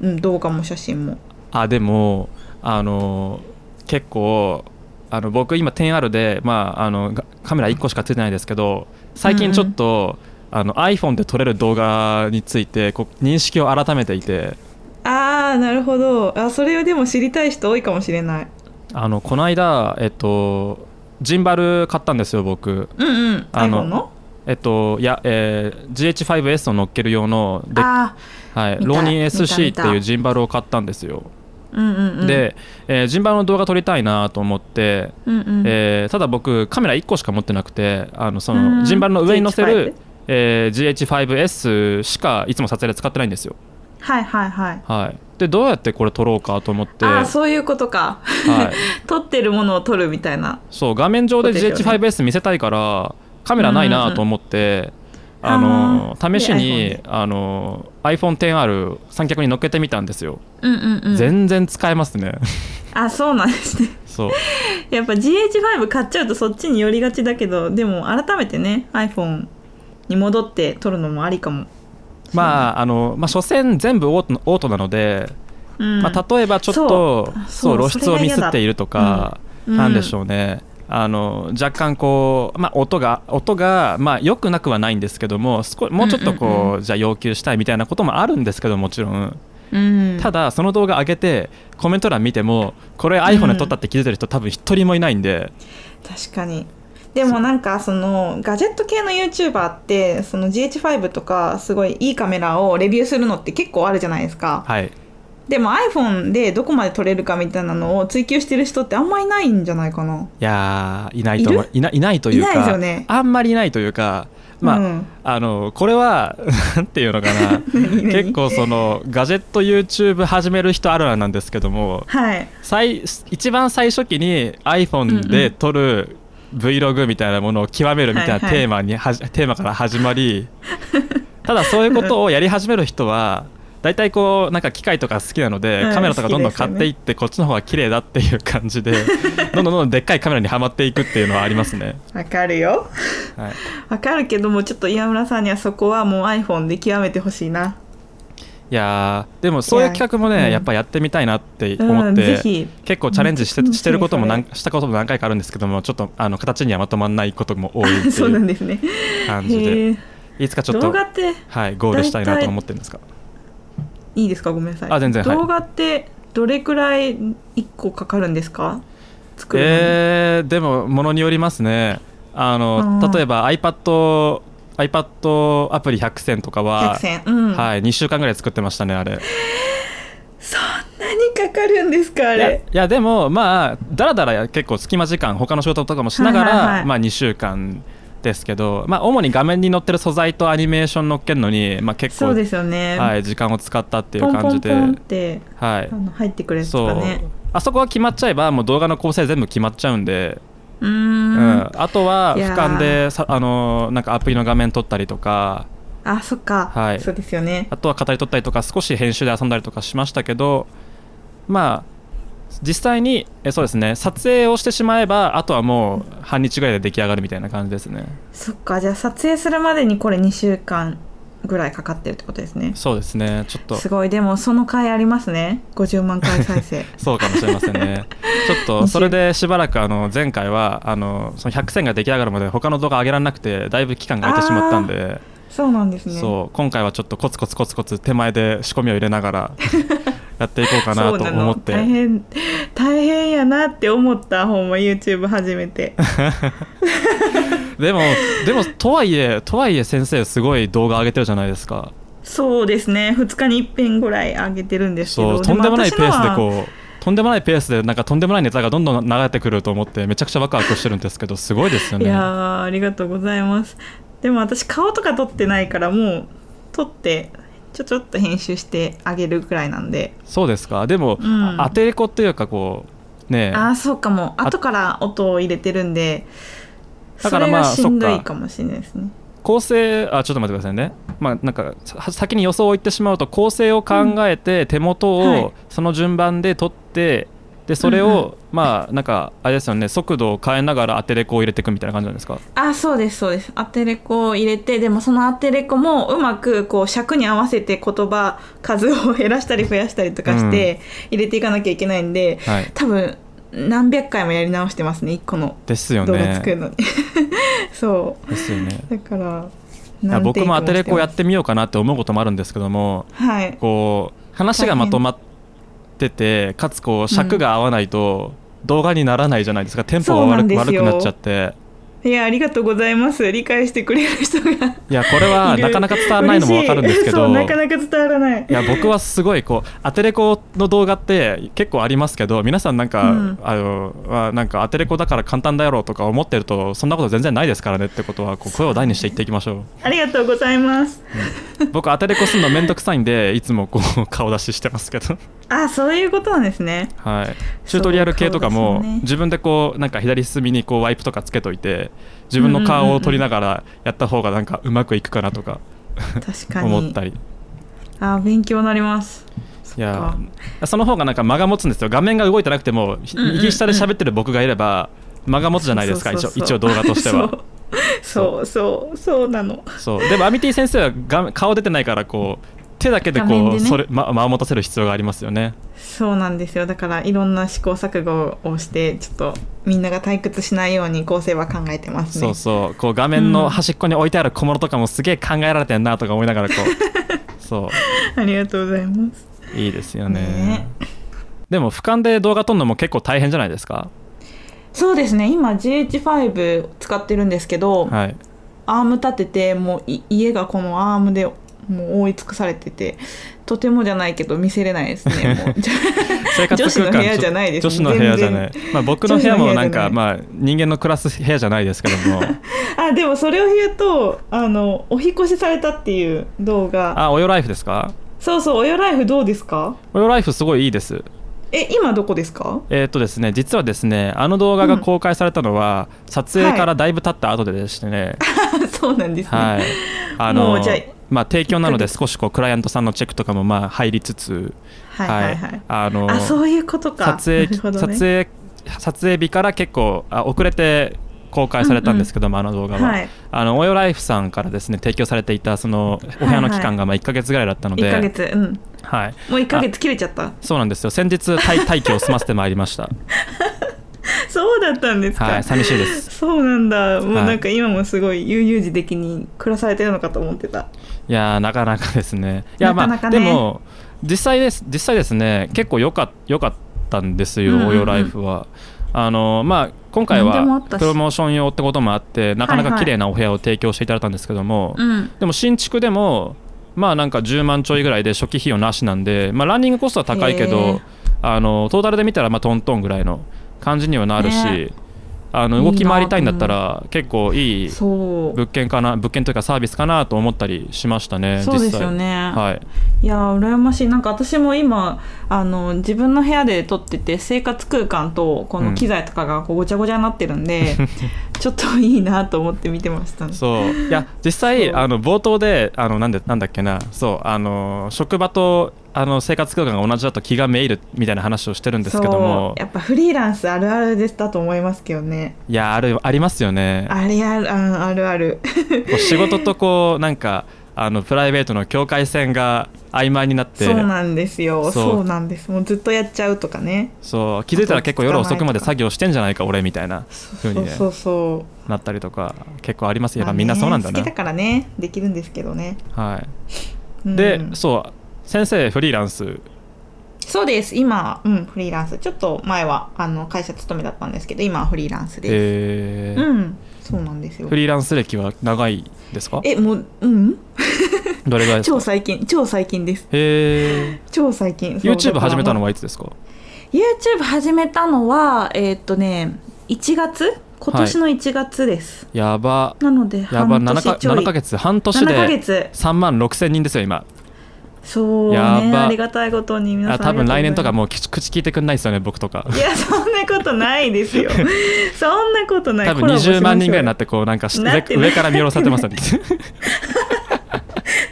うん、動画も写真も
あでもあの結構あの僕今 10R で、まあ、あのがカメラ1個しかついてないですけど最近ちょっと、あの iPhone で撮れる動画についてこう認識を改めていて
ああなるほどあそれをでも知りたい人多いかもしれない
あのこの間、えっと、ジンバル買ったんですよ僕。
うんうん
あ
iPhone
の
の
えっと、いや、えー GH5S を乗っける用ので、は
あ
い、
見た
ローニン
見
SC ったて
見た
いうジンバルを買ったんですよ。
あうんうんうん
で、えージンバルの動画撮りたいなと思って、
うんうん
えーただ僕カメラ1個しか持ってなくてあのそうの
ん
ジンバルの上に乗せる
GH5、
えー GH5S しかいつも撮影で使ってないんですよ。
はいはいはい
はい、でどうやってこれ撮ろうかと思って、
あ
は
あ
い、
そういうことか 撮ってるものを撮るみたいな
そう画面上で
そうですよね
GH5S 見せたいからカメラないなと思って、
うんうん
あの
あー
試しに
で
iPhone10R あの iPhone10R 三脚に乗っけてみたんですよ、
うんうんうん
全然使えますね
あそうなんですね
そう
やっぱ GH5 買っちゃうとそっちに寄りがちだけどでも改めてね iPhone に戻って撮るのもありかも、
まああのまあ所詮全部オートオートなので、
うん
まあ、例えばちょっと
そう
そう
そ
露
う
出をミスっているとか、
それが嫌だうん
なんでしょうねあの若干こう、まあ、音が音が、まあ、良くなくはないんですけども少もうちょっとこう,、
うんうん
じゃあ要求したいみたいなこともあるんですけどもちろん
うん
ただその動画上げてコメント欄見てもこれ iPhone で撮ったって気づいてる人多分一人もいないんで、
確かにでもなんかそのガジェット系の YouTuber ってその GH5 とかすごいいいカメラをレビューするのって結構あるじゃないですか
はい
でも iPhone でどこまで撮れるかみたいなのを追求してる人ってあんまいないんじゃないかない
やーいないと思うい
いる
ないいないというか
いないですよね
あんまりいないというかまあ、
うん
あのこれはなんていうのかな
何々
結構そのガジェット YouTube 始める人あるあるなんですけども
はい
最一番最初期に iPhone で撮る Vlog みたいなものを極めるみたいな
はいはい
テーマにはじテーマから始ま りただそういうことをやり始める人は大体こうなんか機械とか好きなので
うん
カメラとかどんどん
好きです
買
よね
っていってこっちの方が綺麗だっていう感 じでどんどんどんどんでっかいカメラにはまっていくっていうのはありますね。
わかるよ
はい
わかるけどもちょっと岩村さんにはそこはもう iPhone で極めてほしいない
やーでもそういう企画もね
い
や,、
やうん
っぱやってみたいなって
う
思っ
ん
て、
ぜひ
結構チャレンジして
うん
してることもなんしたことも何回かあるんですけどもちょっとあの形にはまとまらないことも多いって
そうないん
う
ですね
感じで
へえ
いつかちょっ
動
と
画って
はいゴールしたいなと思ってるんですか
いいですかごめんなさい
あ全然はい
動画ってどれくらい一個かかるんですか作るのに、
えー、でもものによりますねあの
うん
例えば iPad iPad アプリ100選とかは
100、選うん、
はい、2週間ぐらい作ってましたねあれ
そんなにかかるんですかあ
いやい
れ
やでもまあだらだら結構隙間時間他の仕事とかもしながら、
はいはいはい
まあ2週間ですけど、まあ、主に画面に載ってる素材とアニメーション載っけるのに、まあ、結
そ
構、
うですよね、、
はいい、時間を使ったっていう
ポン
感
ポ
じ
ン
で
ポンって
は
あ
い
の入ってくれると
そ
か
う
ね
あそこが決まっちゃえばもう動画の構成全部決まっちゃうんで、
うー
うんんあとはい俯
やー
瞰でさあのーなんかアプリの画面撮ったりとか
あそっか、
はい
そうですよね
あとは語り取ったりとか少し編集で遊んだりとかしましたけどまあ実際にえそうですね撮影をしてしまえばあとはもう半日ぐらいで出来上がるみたいな感じですね
そっかじゃあ撮影するまでにこれ2週間ぐらいかかってるってことですね
そうですねちょっと
すごいでもその回ありますね50万回 再生
そうかもしれません ねちょっとそれでしばらくあの前回はあのその100選が出来上がるまで他の動画上げられなくてだいぶ期間が空いてしまったんで、
そうなんですね
そう今回はちょっとコツコツコツコツ手前で仕込みを入れなが らやっていこうかなと
そうなの
思って
大変大変やなって思った方も YouTube 始 めて
でもでもとはいえとはいえ先生すごい動画上げてるじゃないですか
そうですね2日に一遍ぐらい上げてるんですけ
そ
ど
うとんでもないペースで
う
こうとんでもないペースでなんかとんでもないネタがどんどん流れてくると思ってめちゃくちゃワクワクしてるんですけどすごいですよ
い
ね
やーありがとうございますでも私顔とか撮ってないからもう撮ってちょちょっと編集してあげるぐらいなんで
そうですかでも、
うん
当てれこっていうかこうね
ああそうかも
あ
後から音を入れてるんで
だ
そ
から
れ
まあ
がしんど
そっ
い
か
かもしれないですね
構成あちょっと待ってくださいねまあなんかさ先に予想を言ってしまうと構成を考えて手元
はい
をその順番で取って、でそれ
うんう
を、まあなんかあれですよね速度を変えながらアテレコを入れていくみたいな感じなんですか
あそうですそうですアテレコを入れてでもそのアテレコもうまくこう尺に合わせて言葉数を減らしたり増やしたりとかして入れていかなきゃいけないんで、
はい
多分何百回もやり直してますね一個の
ですよ
動画
ね
作るのに、 そ
ですよ ね
うだから
いや
何テイ
僕
ク
もアテレコや
し
ってみようかなって思うこともあるんですけども
ますはい
こう話がまとまっててかつこう尺が合わないと動画にならないじゃないですか、テンポが
そうな
悪
ん
く
です
悪
よ
くなっちゃって
いやありがとうございます理解してくれる人が
いや これ はい
る
なかなか伝わらないのも分かるんですけど
嬉しいそうなかなか伝わらない
いや僕はすごいこうアテレコの動画って結構ありますけど皆さんなんか、
うん
あのあなんかアテレコだから簡単だろうとか思ってるとそんなこと全然ないですからねってことはこう声を大にして言っていきましょ
ありがとうございます
う僕アテレコするのめんどくさいんでいつもこう顔出ししてますけ ど、
あそういうことなんですね
はい、チュートリアル系とか
そう
も、
ですよね
自分でこうなんか左隅にこうワイプとかつけといて自分の顔を撮りながらやった方がなんかうまくいくかなとか
確かに
思ったり
あー勉強になります
いやその方がなんか間が持つんですよ画面が動いてなくても、ひ
うんうんうん
右下で喋ってる僕がいれば間が持つじゃないですか
そうそうそう
一応一応動画として は
そうそうそうそうなの
そうでもアミティ先生はが顔出てないからこう手だけで
画面
こう
でね
それ、ま、間を持たせる必要がありますよね
そうなんですよだからいろんな試行錯誤をしてちょっとみんなが退屈しないように構成は考えてますね
そうそうこう画面の端っこに置いてある小物とかもすげえ考えられてんなとか思いながらこ うそ
ありがとうございます
ういいですよね
ね
でも俯瞰で動画撮るのも結構大変じゃないですか
そうですね今 GH5 使ってるんですけど、
はい
アーム立ててもうい家がこのアームでもう覆い尽くされててとてもじゃないけど見せれないで すねもう
生活空間
女子の部屋じゃないです
女子の部屋じゃない
全、
まあ、僕の部屋もなんか
女子の部屋じゃない
まあ、人間の暮らす部屋じゃないですけど も
あでもそれを言うとあのお引越しされたっていう動画
あおよライフですか
そうそうおよライフどうですか
およライフすごいいいです
え今どこですか
えーっとですね実はですねあの動画が公開されたのは、撮影からだいぶ経った後ででしてね、
あそうなんですね、
はい、あ
も
の
うじゃあ
まあ提供なので少しこうクライアントさんのチェックとかもまあ入りつつ、
はいはいはい
あの
あそういうことか
撮影、
なるほど、ね、
撮影撮影日から結構あ遅れて公開されたんですけども、あの動画は、
はい
あのオヨライフさんからですね提供されていたそのお部屋の期間がまあ1か月ぐらいだったので、
1
は
ヶ
い
月うんもう1ヶ月切れちゃった
そうなんですよ先 日待待機を済ませてまいりました、
そうだったんですか、
はい、寂しいです
そうなんだもう
はい
なんか今もすごい悠々自適に暮らされてるのかと思ってた
いやーなかなかですねいやまあ
なかなかね
でも実際です実際ですね結構良か良かったんですよ、
うんうんうん
オヨライフはあのまあ今回
何でもあ
は
ったし
プロモーション用ってこともあってなかな
はい
か
はい
綺麗なお部屋を提供していただいたんですけども、
うん
でも新築でもまあなんか10万ちょいぐらいで初期費用なしなんで、まあ、ランニングコストは高いけ
へ
ど
え
あのトータルで見たらまあトントンぐらいの感じにはなるし、
ね
あの動き回りたいんだったら結構いい
そう
物件かな物件というかサービスかなと思ったりしましたね
そうですよね、
実際はい
いやー羨ましいなんか私も今あの自分の部屋で撮ってて生活空間とこ
うん
の機材とかがこうごちゃごちゃになってるん で、ちょっといいなと思って見てましたね
そういや実際
そう
あの冒頭であのなんでなんだっけなそうあの職場とあの生活空間が同じだと気がめいるみたいな話をしてるんですけども
そうやっぱフリーランスあるあるでしたと思いますけどね
いやあるありますよね
あれあるああるある
こう仕事とこうなんかあのプライベートの境界線が曖昧になって
そうなんですよ
そう
そうなんですもうずっとやっちゃうとかね
そう気づいたら結構夜遅くまで作業してんじゃないか俺みたいな
そ
風
う
に、
そう
ね、
そうそう
なったりとか結構ありますよ、
まあね
みんなそうなんだ
好きだ
ね、
からねできるんですけどね、
はい、
うん
でそう先生フリーランス
そうです今、うん、フリーランスちょっと前はあの会社勤めだったんですけど今はフリーランスです、
えー
うんそうなんですよ
フリーランス歴は長いですか
えもううん
どれぐらいです
超
か
最近超最近です
へえ
超最近そう
YouTube 始めたの
だからも
はいつですか
う YouTube 始めたのはえーっとね1月今年の1月です、
やば
なので
やば
半
7か
年ちょい
7ヶ月半年
7ヶ
で
月
3万6千人ですよ今
そうね
やば
ありがたいことに皆さん
あ多分来年とか
も
もう口口聞いてくんないですよね僕とか
いやそんなことないですよそんなことない
多分
コラボしまし
20
ょう
万人ぐらいになってこうなんかし
なってない
上上から見下ろされてますよね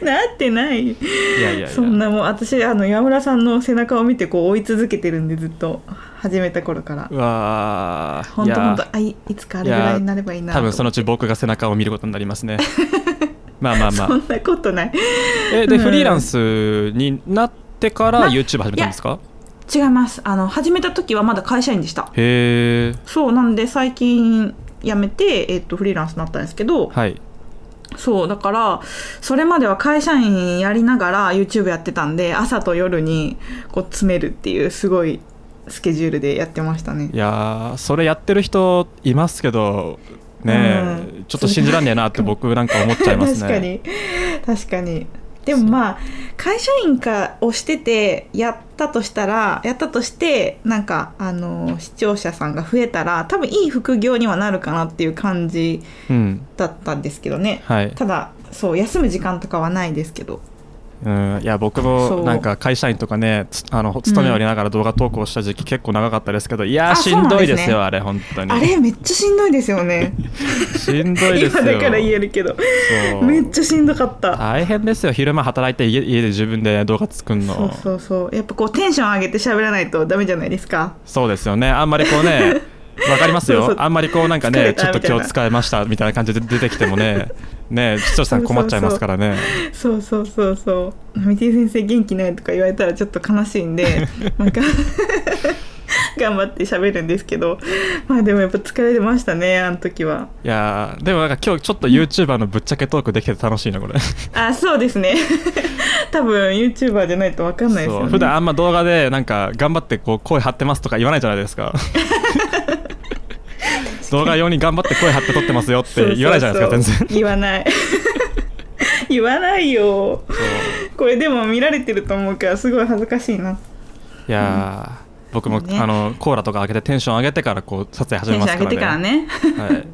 ななってない
いやいやい
そん
や
なもう私あの岩村さんの背中を見てこう追い続けてるんでずっと始めた頃から
うわー
本
い
当
や
本当あいいつかあれぐらいになればいいなと
多分そのうち僕が背中を見ることになります ねまあまあま
そ
あ
んなことない
えで、
うん
フリーランスになってから
まあ
YouTube 始めたんですか
違いますあの始めた時はまだ会社員でした
へえ
そうなんで最近辞めて、えっと、フリーランスになったんですけど
はい
そうだからそれまでは会社員やりながら YouTube やってたんで朝と夜にこう詰めるっていうすごいスケジュールでやってましたね
いやーそれやってる人いますけどねえ、
うん
ちょっと信じらんねえなって僕なんか思っちゃいますね
確かに確かにでもまあ会社員化をしててやったとしたらやったとしてなんかあの視聴者さんが増えたら多分いい副業にはなるかなっていう感じ
うん
だったんですけどね
はい、
ただそう休む時間とかはないですけど
うん、いや僕
そ
も
う
なんか会社員とかねつあの勤めをやりながら動画投稿した時期結構長かったですけどいやー
あ
しんどいです
そう
よあれ本当に
あれめっちゃしんどいですよね
しんどいです
今
よ
だから言えるけど
そう
めっちゃしんどかった
大変ですよ昼間働いて家家で自分で動画作るの
そうそうそうやっぱこうテンション上げて喋らないとダメじゃないですか
そうですよねあんまりこう ねわかりますよ
そうそう
あんまりこうなんか
疲
ね
れ
ち
た
ょっと気を使いましたみたいな感じで出てきてもねね視聴者さん困っちゃいますからね
そうそうそうそう「ナミティ先生元気ない」とか言われたらちょっと悲しい んでなんか 頑張って喋るんですけどまあでもやっぱ疲れてましたねあの時はい
やーでもなんか今日ちょっと YouTuber のぶっちゃけトークできて楽しいなこれ
あそうですね 多分 YouTuber じゃないと分かんないですよ
そう
ね
普段あんま動画でなんか頑張ってこう声張ってますとか言わないじゃない ですか動画用に頑張って声張って撮ってますよっ
そう
て
そうそう
言わないじゃないですか全然
言わない 言わないよこれでも見られてると思うからすごい恥ずかしいない
やー僕も、
ね
あのコーラとか開けてテンション上げてからこう撮影始
テ
め
ン
ま
ショ
す
ン
か
上げてからら
ね
ね
はい、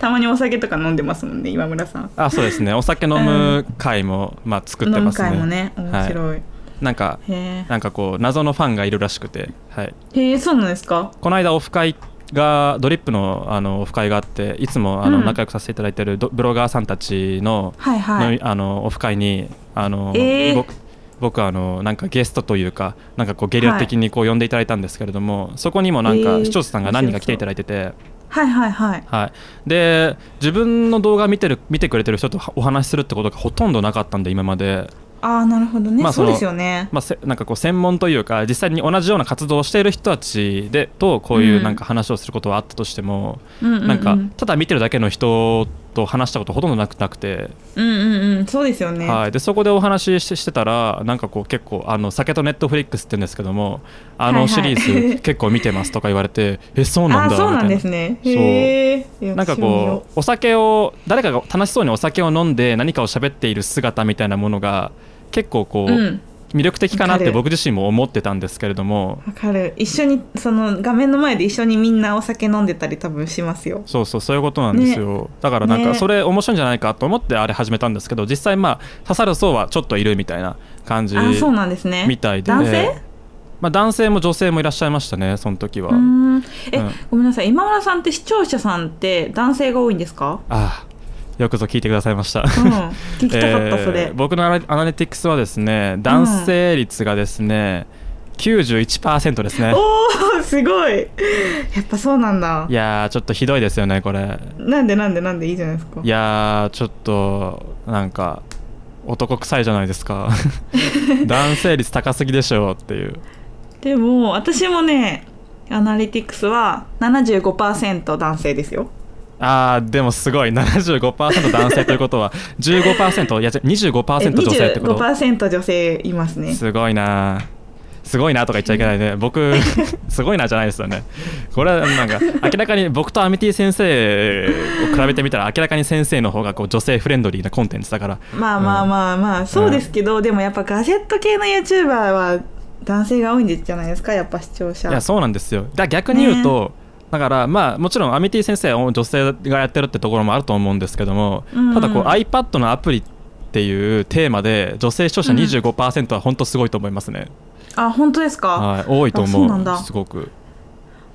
たまにお酒とか飲んでますもんね今村さん
あそうですねお酒飲む会も、まあ、作って
飲
ま
む
すね
会もね面白い、
なんか
へえ
なんかこう謎のファンがいるらしくて、はい、
へえそうなんですか
この間オフ会がドリップのあのオフ会があっていつもあの
うん
仲良くさせていただいてるドブロガーさんたちの,、
はいはい
のあのオフ会にあの、
えー
僕僕あのなんかゲストというかなんかこうゲリラ的にこう呼んでいただいたんですけれども、そこにもなん
え
か
ー
視聴者さんが何人か来ていただいてて。
はいはいはい
はい、で自分の動画見てる見てくれてる人とお話しするってことがほとんどなかったんで今まで、
ああなるほどね、
まあ
そ
そうの
ですよね
まあ、せなんかこう専門というか実際に同じような活動をしている人たちでとこういう
うん
なんか話をすることはあったとしても、
うんうんうん
なんかただ見てるだけの人と話したことほとんどなくなくて、
うんうんうんそうですよね、
はい、でそこでお話ししてしてたらなんかこう結構あの「酒とネットフリックス」って言うんですけどもあ
は
の
いは
シ
い
リーズ結構見てますとか言われてえそうなん
あ
だ
ーそうなん
みたい
で
な
すね
そう
へえいや
なんか
私も見よ
こうお酒を誰かが楽しそうにお酒を飲んで何かを喋っている姿みたいなものが結構こう、
ううん
魅力的かなっ
わか
て
る
僕自身も思ってたんですけれども
わかる一緒にその画面の前で一緒にみんなお酒飲んでたり多分しますよ
そうそうそういうことなんですよ、だからなんか
ね
それ面白いんじゃないかと思ってあれ始めたんですけど実際まあ刺さる層はちょっといるみたいな感じ
あーそうなんですね
みたいで
男性
まあ、男性も女性もいらっしゃいましたねその時は、
うーんえ、
うん
ごめんなさい今村さんって視聴者さんって男性が多いんですか
ああよくぞ聞いてくださいました
うん聞きたかった、そ
え
れ
ー僕のアナアナリティクスはですね男性率がですね、91%ですね
おおすごいやっぱそうなんだ
いやーちょっとひどいですよねこれ
なんでなんでなんでいいじゃないですか
いやーちょっとなんか男臭いじゃないです か男性率高すぎでしょうっていう
でも私もねアナリティクスは75%男性ですよ
あーでもすごい75%男性ということは15%いや違う
え
25%女性ってこと
25%女性いますね
すごいなすごいなとか言っちゃいけないね 僕すごいなじゃないですよねこれはなんか明らかに僕とアミティ先生を比べてみたら明らかに先生の方がこう女性フレンドリーなコンテンツだから
まあまあまあまあ、そうですけど、でもやっぱガジェット系の YouTuber は男性が多いんじゃないですかやっぱ視聴者
いやそうなんですよだ逆に言うと、だからまあもちろんアミティ先生は女性がやってるってところもあると思うんですけども、
うん
ただこう iPad のアプリっていうテーマで女性視聴者25%は本当すごいと思いますね、
あ本当ですか、
はい、多いと
あそうな
思
ん
う
だ
すごく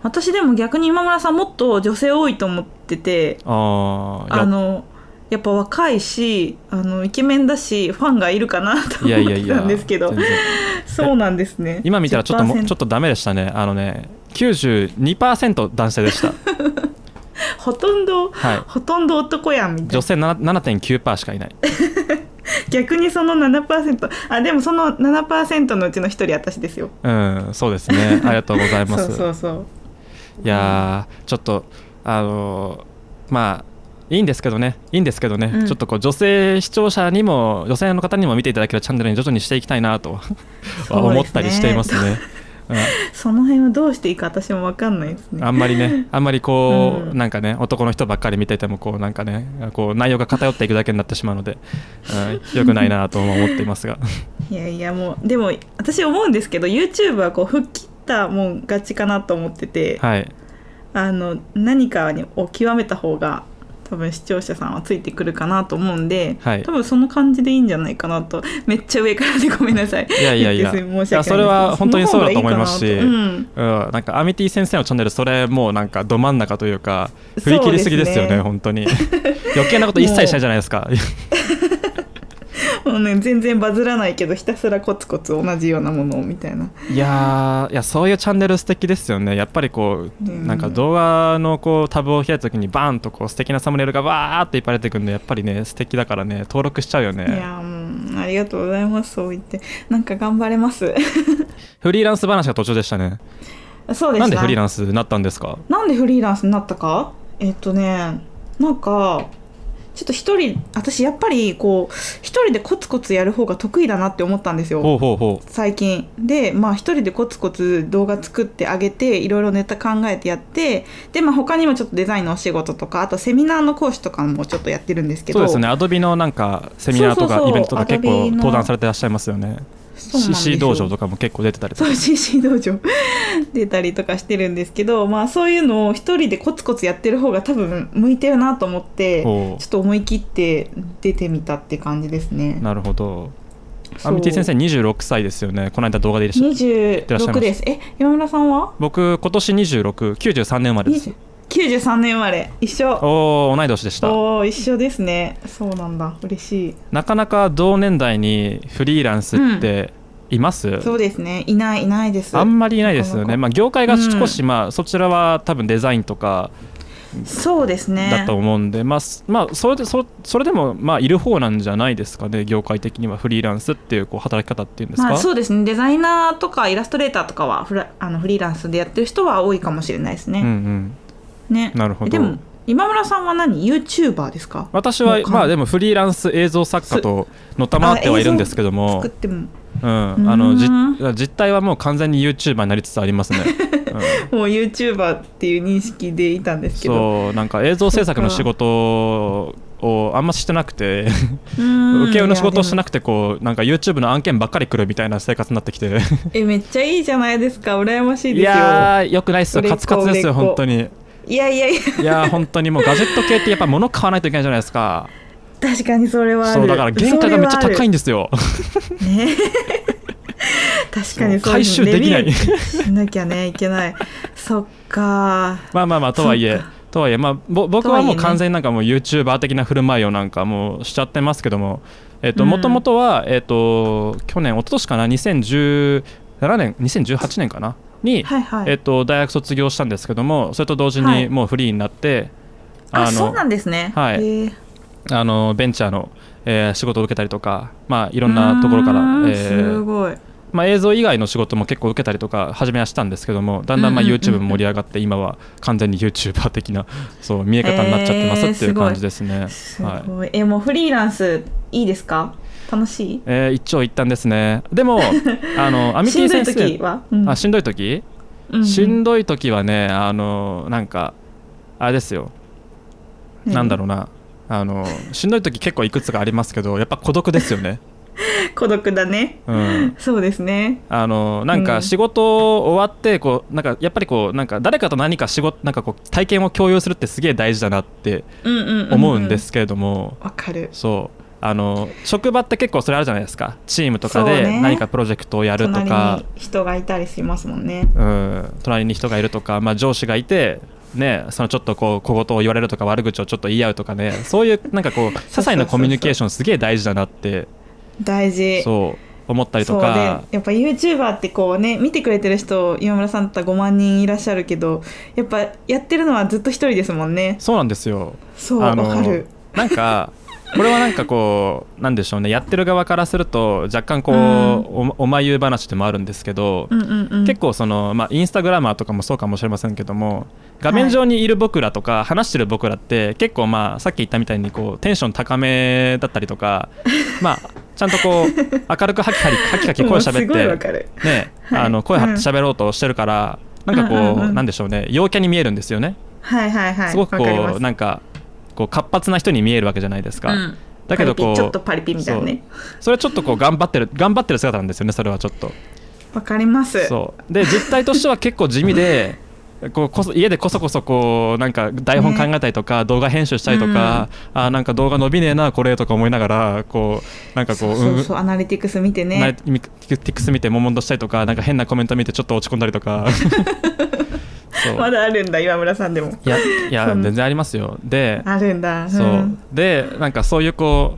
私でも逆に今村さんもっと女性多いと思ってて
ああ
あのやっぱ若いしあのイケメンだしファンがいるか なと
いやい
思っ
や
て
いや
たんですけど
全然
そうなんですね
今見たらちょっとも
10%
ちょっとダメでしたねあのね92%男性で した、
ほとんど、
はい、
ほとんど男やんみたいな
女性な7.9%しかいない
逆にその7%あでもその7%のうちの一人私ですよ
うんそうです ねありがとうございま
そ
す
うそうそう
いやーちょっとあのーまあいいんですけどねいいんですけどね、
うん
ちょっとこう女性視聴者にも女性の方にも見ていただけるチャンネルに徐々にしていきたいなと
そうですね
思ったりしています ね。
その辺はどうしていいか私も分かんないです
う
ね
んあんまりねあんまりこう、
うん
なんかね男の人ばっかり見ててもこうなんかねこう内容が偏っていくだけになってしまうので、 うん、よくないなとも思ってい ますが
いやいやもうでも私思うんですけど YouTube はこう吹っ切ったもん勝ちかなと思ってて、
はい
あの何かにを極めた方が多分視聴者さんはついてくるかなと思うんで、
はい
多分その感じでいいんじゃないかなとめっちゃ上からでごめんなさい
いやいやいや
言ってすみ申し訳ないんですけど
いやそれは本当にそうだと思いますし
その方がいいかなとうん
うん、なんかアミティ先生のチャンネルそれもうなんかど真ん中というか振り切りすぎですよ
そうです
ね
ね
本当 に余計なこと一切しないじゃないですか
もうね全然バズらないけどひたすらコツコツ同じようなものをみたいない
やーいやそういうチャンネル素敵ですよねやっぱりこう、
うん
なんか動画のこうタブを開いた時にバーンとこう素敵なサムネイルがわーっていっぱい出てくるんでやっぱりね素敵だからね登録しちゃうよ
い
ね
やもうありがとうございますそう言ってなんか頑張れます
フリーランス話が途中でしたね
そうでした
なんでフリーラ
ン
ンスになったんですか
スなんでフリーランスになったかえっとねなんかちょっと一人私やっぱりこう一人でコツコツやる方が得意だなって思ったんですよ
ほうほうほう
最近でまあ一人でコツコツ動画作ってあげていろいろネタ考えてやってでまあ他にもちょっとデザインのお仕事とかあとセミナーの講師とかもちょっとやってるんですけど
そうですよねアドビのなんかセミナーと
そう
か
そうそう
イベントとか結
Adobe
構
の
登壇されてらっしゃいますよね
そうなんですよ
CC 道場とかも結構出てたりと
そ
か
う CC 道場 出たりとかしてるんですけどまあそういうのを一人でコツコツやってる方が多分向いてるなと思ってち
ほ
ょ
う
っと思い切って出てみたって感じですね。
なるほど。
そ
ア
う
ミティ先生26歳ですよね。この間動画でいらっしゃった。らっしゃいま
26
す
です。え山村さんは
僕今年26、93年生まれです
20。?93 年生まれ一緒
おお同い年でした。
おー一緒ですねそうなんだ嬉しい
なかなか同年代にフリーランスっています？
そうですねいないいないです
あんまりいないですよ
なかな
ね。
か
まあ業界が少し、
う
まあそちらは多分デザインとか
そうですね
だと思うんで、まあすまあそれでそそれでもまあいる方なんじゃないですかね。業界的にはフリーランスっていうこう働き方っていうんですか。
まあ、そうですねデザイナーとかイラストレーターとかはフラあのフリーランスでやってる人は多いかもしれないで
う
す
んう
ね。
ん。
ね
なるほど
でも今村さんは何 YouTuber ですか
私は
もう完
まあでもフリーランス映像作家とのたまってはいるんですけども
作っても
うん、あの
う
じ
ー
実態はもう完全に YouTuber になりつつあり ますね、うん
もう YouTuber っていう認識でいたんですけど
そうなんか映像制作の仕事をあんましてなくて
受
請負の仕事をしてな
く
くてこうなんか YouTube の案件ばっかり来るみたいな生活になってきて
えめっちゃいいじゃないですか羨ましい
い
ですよいや
やーよくないっすよ
売れっ
カ
子
ツカツですよ
売れっ子
本当に
いやいや
いやー本当にもうガジェット系ってやっぱ物買わないといけないじゃないですか
確かにそれはある
そうだから原価がめっちゃ高いん
ん
ですよ
ね確かにそう
回収できない
レビューしなきゃねいけない そっか
まあまあまあとはいえ
そっか
とはいえまあぼ僕
とは
はい
えね
もう完全になんかもう YouTuber 的な振る舞いをなんかもうしちゃってますけどもえっと
うん
もともとはえっと去年一昨年かな2017年2018年かなに
はいはい、
えっと大学卒業したんですけどもそれと同時
は
に
い
もうフリーになって
あそ
の
うなんですね
はい
へえ
あのベンチャーのえー仕事を受けたりとかまあいろんなところから
うーん
えー
すごい
まあ、映像以外の仕事も結構受けたりとか初めはしたんですけどもだんだんまあ
うんうんうん
YouTube も盛り上がって今は完全に YouTuber 的なそう見え方になっちゃってますっていう感じですね。
す
はい
ごい、えもうフリーランスいいですか楽しい
えー、一長一短ですねで もあのアミテ
しん
ィ
どい
先
時
生
は、うん
あしんどい時、
うん
しんどい時はねあのなんかあれですよ、
何
なんだろうなあのしんどい時結構いくつかありますけどやっぱ孤独ですよね。
孤独だね
うん
そうですね
あのなん
う
か
ん
仕事終わってこうなんかやっぱりこうなんか誰かと何か仕事なんかこう体験を共有するってすげえ大事だなって
うんうんうん、
思うんですけれども、
わかる
そうあの職場って結構それあるじゃないですかチームとか
そう
で
ね
何かプロジェクトをやると
隣
か
に人がいたりしますもんね
うん、隣に人がいるとか、まあ、上司がいてねそのちょっとこう小言を言われるとか悪口をちょっと言い合うとかねそういうなんかこう些細なコミュニケーションすげえ大事だなって
大事
そう思ったり
そ
と
う
か
でやっぱ YouTuber ってこうね見てくれてる人今村さんだったら5万人いらっしゃるけどやっぱやってるのはずっと一人ですもんね
そうなんですよ
そう
あ
わ
の
かる
なんかこれはなんかこうなんでしょうねやってる側からすると若干こう、
うん
おお眉話でもあるんですけど、
うんうんうん
結構その、まあ、インスタグラマーとかもそうかもしれませんけども画面上にいる僕らとか、話してる僕らって結構まあさっき言ったみたいにこうテンション高めだったりと かまあちゃんとこう明るくハキハキハキハキ声
もうすごい
喋
わ
って
かる
ね、
はい
あの声張って喋ろうとしてるから、なんかこう、
うんうんうん
なんでしょうね陽キャに見えるんですよね、
はいはいはい
すごく
わかりま
こう
す
なんかこう活発な人に見えるわけじゃないですか、
うん
だけどこ
パリ
う
ピちょっとパリピみたいなね
それはちょっとこう頑張ってる 頑張ってる姿なんですよねそれはちょっと。
わかります
そうで実態としては結構地味で こうこそ家でこそこそこうなんか台本考えたりとか、動画編集したりとか、あーなんか動画伸びねえなこれとか思いながらこうなんかこ
そううそうそうアナリティクス見て
ナイ
ね
ティクス見てももんとしたりとかなんか変なコメント見てちょっと落ち込んだりと かそう
まだあるんだ今村さんでも
いやいや
そん
全然ありますよで
あるんだ
そうんでなんかそういうこ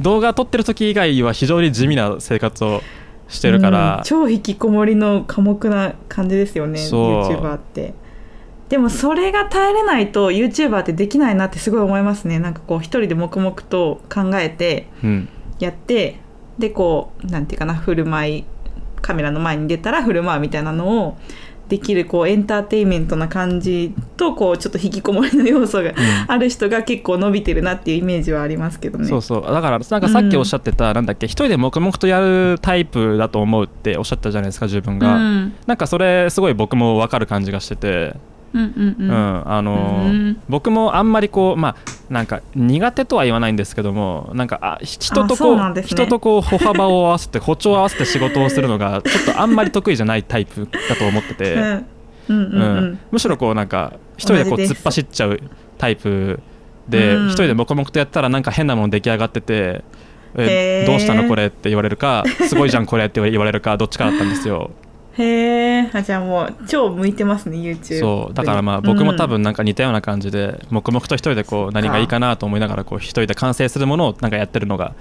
う動画撮ってる時以外は非常に地味な生活をしてるか
うん
ら、
超引きこもりの寡黙な感じですよね
そう
YouTuber ってでもそれが耐えれないと YouTuber ってできないなってすごい思いますねなんかこう一人で黙々と考えて
うん
やってでこうなんていうかな振る舞いカメラの前に出たら振る舞うみたいなのをできるこうエンターテインメントな感じとこうちょっと引きこもりの要素がある人が結構伸びてるなっていうイメージはありますけどね。
そうそうだからなんかさっきおっしゃってた、なんだっけ一人で黙々とやるタイプだと思うっておっしゃったじゃないですか自分が、
うん
なんかそれすごい僕も分かる感じがしてて、
うんう
うんん
うん
あのー
うん
僕もあんまりこうまあなんか苦手とは言わないんですけどもなんかあひ人と
そ
こ
う
う
なんですね
人とこう歩幅を合わせて歩調を合わせて仕事をするのがちょっとあんまり得意じゃないタイプだと思ってて、
うんうんうんうん
むしろこうなんか一人でこう
同じで
突
す
っ走っちゃうタイプで
うん
一人で黙々とやったらなんか変なもの出来上がってて「
へ
え
ー
どうしたのこれ」って言われる か「すごいじゃんこれ」って言われるかどっちかだったんですよ
へえじゃあもう超向いてますね YouTube
そうだからまあ僕も多分なんか似たような感じで黙々と一人でこう何がいいかなと思いながらこう一人で完成するものをなんかやってるのが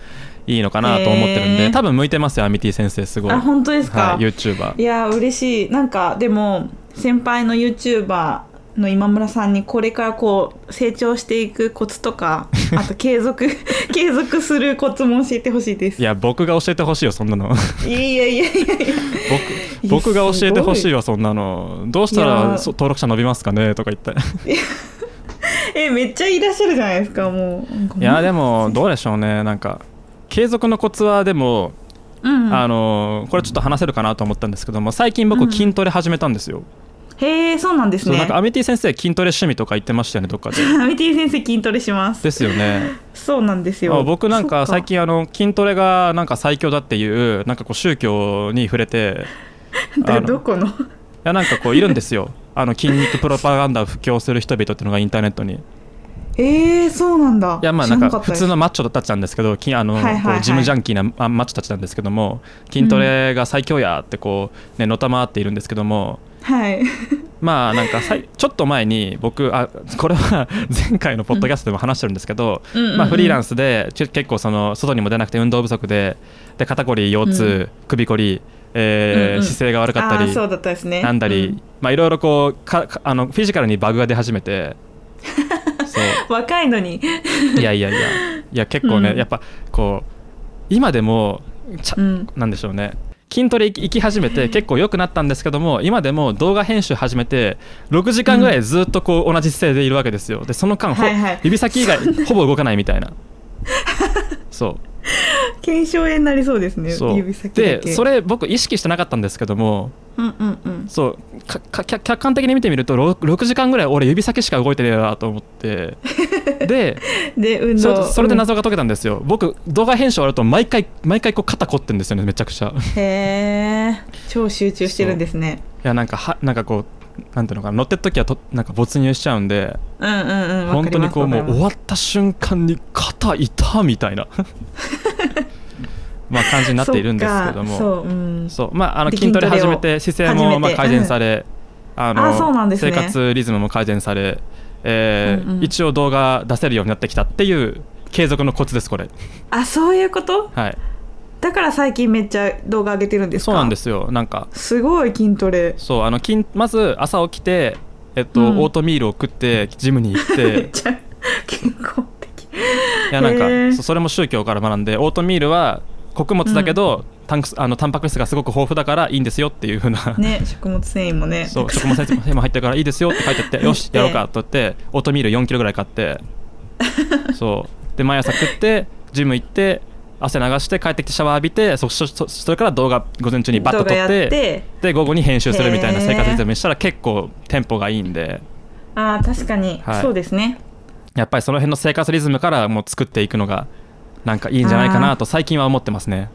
いいのかなと思ってるん
へ
で
ー
多分向いてますよアミティ先生す
う
ご
ん
い、
あ
はい、
本当ですか、
YouTuber
いやー嬉しいなんかでも先輩の YouTuber の今村さんにこれからこう成長していくコツ とかあと継続 継続するコツも教えてほしいです
いや僕が教えてほしいよそんなの。
いやいやいやいやいや
僕僕
いや
が
す
教
ごい
えてほしいわそんなのどうした
いや
らそ登録者伸びますかねとか言って
えめっちゃいらっしゃるじゃないですかもう
い
い
やでもどうでしょうねなんか継続のコツはでも、
うん
あのこれちょっと話せるかなと思ったんですけども最近僕筋トレ始めたんですよ、
へえそうなんです
そう
ね
なんかアメティ先生筋トレ趣味とか言ってましたよねどっかで
ア ミティ先生筋トレします
ですよね
そうなんです
あ
よ
僕なん
そ
か
っ
最近あの筋トレがなんか最強だっていうなんかこう宗教に触れて
だ
あ
ど
のい
この
やなんかこういるんですよあの筋肉プロパガンダを布教する人々っていうのがインターネットに
えー、そうなんだ。
いやまあ
知
な
ら
ん
な
か
った
普
です
通のマッチョたちなんですけどきあの、
はいはいはい
こうジムジャンキーなあマッチョたちなんですけども筋トレが最強やってこう、ね、のたまっているんですけども
はい。
まあなんか さいちょっと前に僕あこれは 前回のポッドキャストでも話してるんですけど、
うんうんうん
まあ、フリーランスでちょ結構その外にも出なくて運動不足でで肩こり腰痛、首こり、えー
うんうん
姿勢が悪かった
あー
り
そうだったですね。
なんだり、
う
まあいろいろこうかかあのフィジカルにバグが出始め てそう
若いのに。
いやいやいやいや結構ね、
うん
やっぱこう今でもちゃ、
うん
なんでしょうね筋トレ行き行き始めて結構良くなったんですけども今でも動画編集始めて6時間ぐらいずっとこう同じ姿勢でいるわけですよでその間、ほ
はいはい
指先以外 ほぼ動かないみたいなそう
腱鞘炎になりそうですね。
そう
指先だけ。
でそ。れ僕意識してなかったんですけども
うんうんうん。
そうかか客客観的に見てみると 6, 時間ぐらい俺指先しか動いてねえなと思って で
で運
そ
動。
れそれで謎が解けたんですよ、僕動画編集終わると毎回毎回こう肩凝ってんですよねめちゃ くちゃい
うん。へえ。超集中してるんですね。
やなんかはなんかこうなんていうのかな乗ってる時はとなんか没入しちゃうんで
うんうんうん。わ
本
かり
当
ま
に
す
こうもう終
わ
わった瞬間に肩痛み たいなまあ感じになっているんですけども
そっかそううん。
そうまああの
で
筋トレ
筋トレ
始
を
めて姿勢
始めて
もまあ改善され、あ
あそうなんですね
生活リズムも改善され、えー
うんうん
一応動画出せるようになってきたっていう継続のコツですこれ、
あそういうこと
はい、
だから最近めっちゃ動画上げてるんです
そ
か
うなんですすよなんか
すごい筋トレ
そうあの筋まず朝起きて、えっと
うん
オートミールを食ってジムに行っ
めってちゃ健康的
いやなんか
へー
そうそれも宗教から学んでオートミールは穀物だけど、タンクスあのタンパク質がすごく豊富だからいいんですよっていうふうな、
ね食物繊維もね
そう
たく
食
さん
物繊維も入ってるからいいですよって書いてあってよしやろうかと言ってオートミール4キロぐらい買って そうで毎朝食ってジム行って汗流して帰ってきてシャワー浴びてそそそそれから動画午前中にバッと撮っ
動画や
て
って
で午後に編集するみたいな
へー
生活リズムにしたら結構テンポがいいんで
あー確かに、
はい
そうですね
やっぱりその辺の生活リズムからもう作っていくのがなんかいいんじゃないかなと最近は思ってますね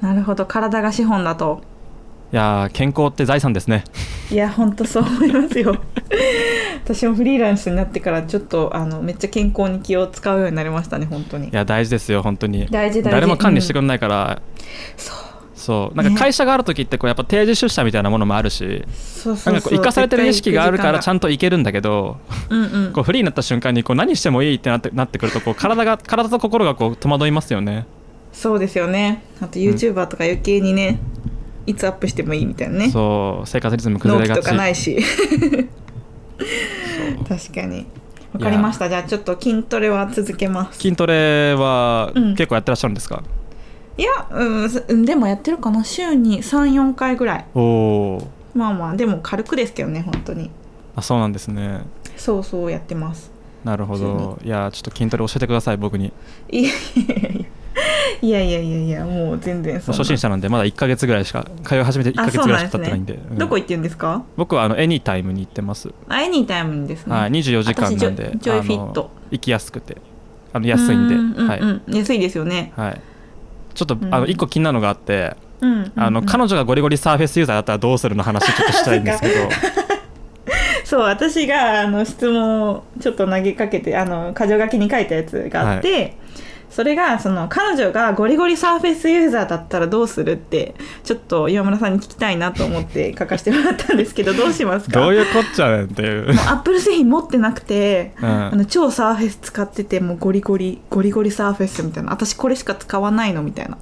なるほど体が資本だと
いやー健康って財産 ですね
いやほんとそう思いますよ 私もフリーランスになってからちょっとあのめっちゃ健康に気を使うようになりましたね本当に
いや大事ですよ本当に
大事大事
誰も管理してくれないから、
そう
そうなんか会社がある時ってこうやっぱ定時出社みたいなものもあるし
そうそ
な
うん
かこう生かされてる意識があるからちゃ
ん
んと行けるんだけど
うんうん
こうフリーになった瞬間にこう何してもいいってなってなってくる とこう体が体と心がこう戸惑いますよね
そうですよねあと YouTuber とか余計にね、いつアップしてもいいみたいなね
そう生活リズム崩
納
れ
期
が
と
ち
かないし確かにわかりましたじゃあちょっと筋トレは続けます
筋トレは
うん
結構やってらっしゃるんですか、
いやうんすうんでもやってるかな週に34回ぐらい
おお
まあまあでも軽くですけどね本当に
あそうなんですね
そうそうやってます
なるほど
普
いやーちょっと筋トレ教えてください僕に
いやいやいやいやいやいやもう全然そんな
初心者なんでまだ1ヶ月ぐらいしか通い始めて1ヶ
あ
月
そう
ぐら
ないん
しか経
です
って
ね
ないんでうん
どこ行ってるんですか
僕はあのエニタイムに行ってます、
あエニタイムにですね
はい、24時間なんで
私ジョイジョイフィット
あの行きやすくてあの安いんで
うう
はい、
うんうん安いですよね
はい、ちょっと、
ん
あの1個気になるのがあって
うんうんうん
あの彼女がゴリゴリサーフェスユーザーだったらどうするの話ちょっとしたいん ですけど
そう私があの質問をちょっと投げかけてあの箇条書きに書いたやつがあって、それがその彼女がゴリゴリサーフェスユーザーだったらどうするってちょっと岩村さんに聞きたいなと思って書かせてもらったんですけどどうしますか
どういうこっちゃねんって いう、
アップル製品持ってなくて、
うん
あの超サーフェス使っててもうゴリゴリゴリゴリサーフェスみたいな私これしか使わないのみたいな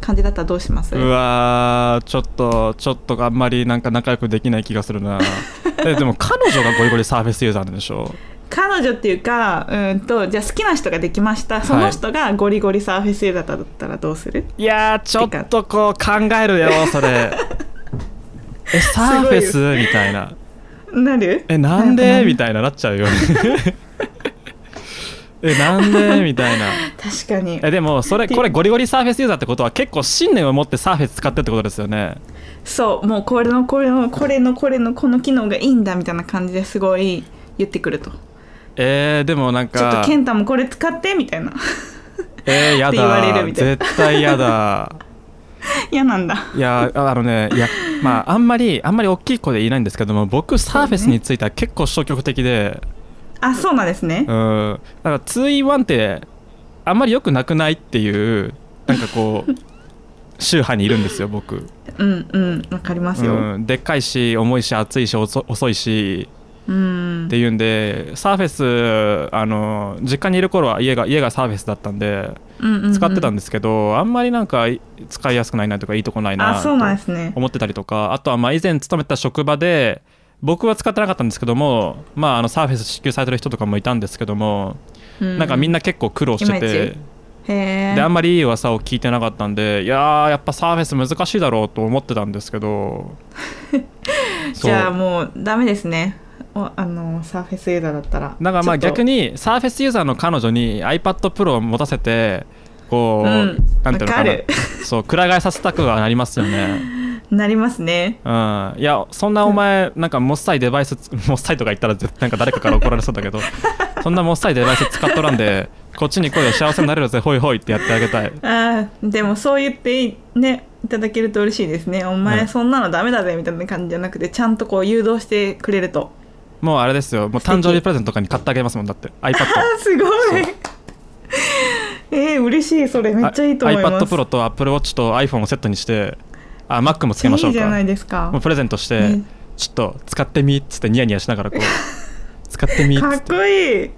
感じだったらどうします
うわーちょっとちょっとあんまりなんか仲良くできない気がする なえでも彼女がゴリゴリサーフェスユーザーなんでしょ
彼女っていうかうんとじゃあ好きな人ができましたその人がゴリゴリサーフェスユーザーだったらどうする、
いやーちょっとこう考えるよそれえサーフェスみたいな
なる
えなんでみ
たい
たいななっちゃうよね えなんでみたいな
確かに
えでもそれこれゴリゴリサーフェスユーザーってことは結構信念を持ってサーフェス使ってってことですよね
そうもうこれのこれのこれのこれのこの機能がいいんだみたいな感じですごい言ってくると
えー、でもなん
ちょっと
か
健太もこれ使ってみたいな
えー、や
って言われ
だ
るみたいな
絶対やだ
嫌なんだ
いやあのねいやまああんまりあんまり大きい声で言いないんですけども僕サーフェスについては結構消極的で
あそうなんですね
う、んなんか 2in1 ってあんまり良くなくないっていうなんかこう宗派にいるんですよ僕
うん、うんわかりますようん
うん、でっかいし重いし暑いし遅遅いし
うん
っていうんでサーフェスあの実家にいる頃は家が家がサーフェスだったんで
うん
使ってたん
で
ですけど、あんまりなんかい使いやすくないなとかいいとこないな
あそうなんで
と
すね
思ってたりとかあとはまあ以前勤めてた職場で僕は使ってなかったんですけども、まあ、あのサーフェス支給されてる人とかもいたんですけども、なんかみん
な
な結構苦労して
いまい
て
ちへえ
であんまりいい噂を聞いてなかったんでいやーやっぱサーフェス難しいだろうと思ってたんですけ ど
じゃあ
そう
もうダメですねおあのサーフェスユーザーだったら
だからまあ
ちょっと
逆にサーフェスユーザーの彼女に iPad Pro を持たせてこう、
うん
なんていうのかな
わかる
そうくら替えさせたくはなりますよね。
なりますね
うん、いやそんなお前なんかもっさいデバイスつ もっさいとか言ったら絶なんか誰かから怒られそうだけ どそんなもっさいデバイス使っとらんでこっちに来いよ幸せになれるぜほいほいってやってあげたい。
あーでもそう言っていねいただけると嬉しいですねお
は
前
い
そんなのダメだぜみたいな感じじゃなくてちゃんとこう誘導してくれると
もうあれですよもう誕生日プレゼントとかに買ってあげますもんだって iPad
あすごいえー、嬉しいそれ めっちゃいいと思います
iPad Pro と Apple Watch と iPhone をセットにしてあ Mac もつけましょ
いういじゃな
か
いですか
もうプレゼントして、
ね
ちょっと使ってみっつってニヤニヤしながらこう 使ってみっつ
か
っ
ってこいい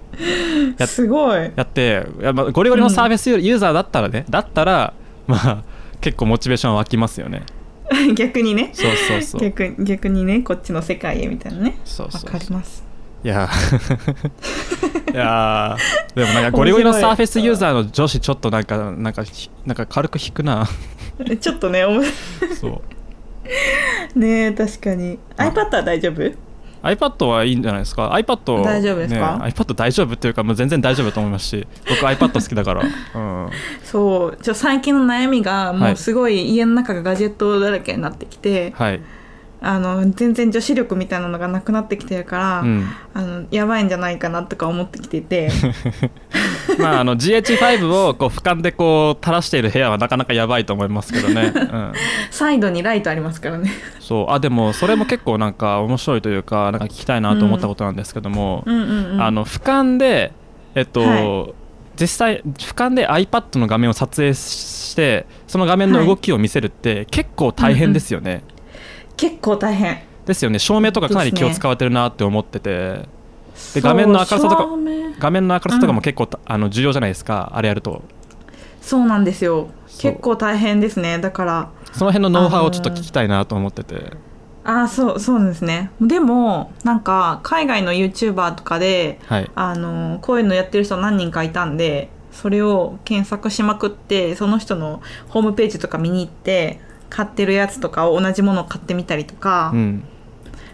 や
すごい
やっていやまあゴリゴリのサービスユーザーだったらね、だったらまあ結構モチベーション湧きますよね
逆にね
そうそうそう
逆に逆にねこっちの世界へみたいなね
そう
わ
そう
かります
いやいやーでもなんかゴリゴリのサーフェスユーザーの女子ちょっとなんかなんかひなんか軽く引くな
ちょっとねおも
そう
ねえ確かに iPad は大丈夫
iPad はいいんじゃないですか iPad
大丈夫ですか
ね、iPad 大丈夫っていうかもう全然大丈夫だと思いますし僕 iPad 好きだから、うん、
そうちょ最近の悩みが
は
もう
い
すごい家の中がガジェットだらけになってきて、
はい、
あの全然女子力みたいなのがなくなってきてるから、
うん、
あのやばいんじゃないかなとか思ってき てて
まああの GH5 をこう俯瞰でこう垂らしている部屋はなかなかやばいと思いますけどね、うん、
サイドにライトありますから ね
そうあでもそれも結構なんか面白いというかなんか聞きたいなと思ったことなんですけども、
うんうん、うん、
あの俯瞰でえっと、
は
実際俯瞰で iPad の画面を撮影してその画面の動きを見せるって結構大変ですよね、
結構大変
ですよね照明とかかなり気を使われてるなって思ってて
そ
で
う
画面の明るさとか
照明
画面の明るさとかも結構た、あの重要じゃないですかあれやると
そうなんですよ
そう
結構大変ですねだから
その辺のノウハウをちょっと聞きたいなと思ってて
ああそうそうなんですねでもなんか海外の YouTuber とかで
はい
あのこういうのやってる人何人かいたんでそれを検索しまくってその人のホームページとか見に行って買ってるやつとかを同じものを買ってみたりとか、
うん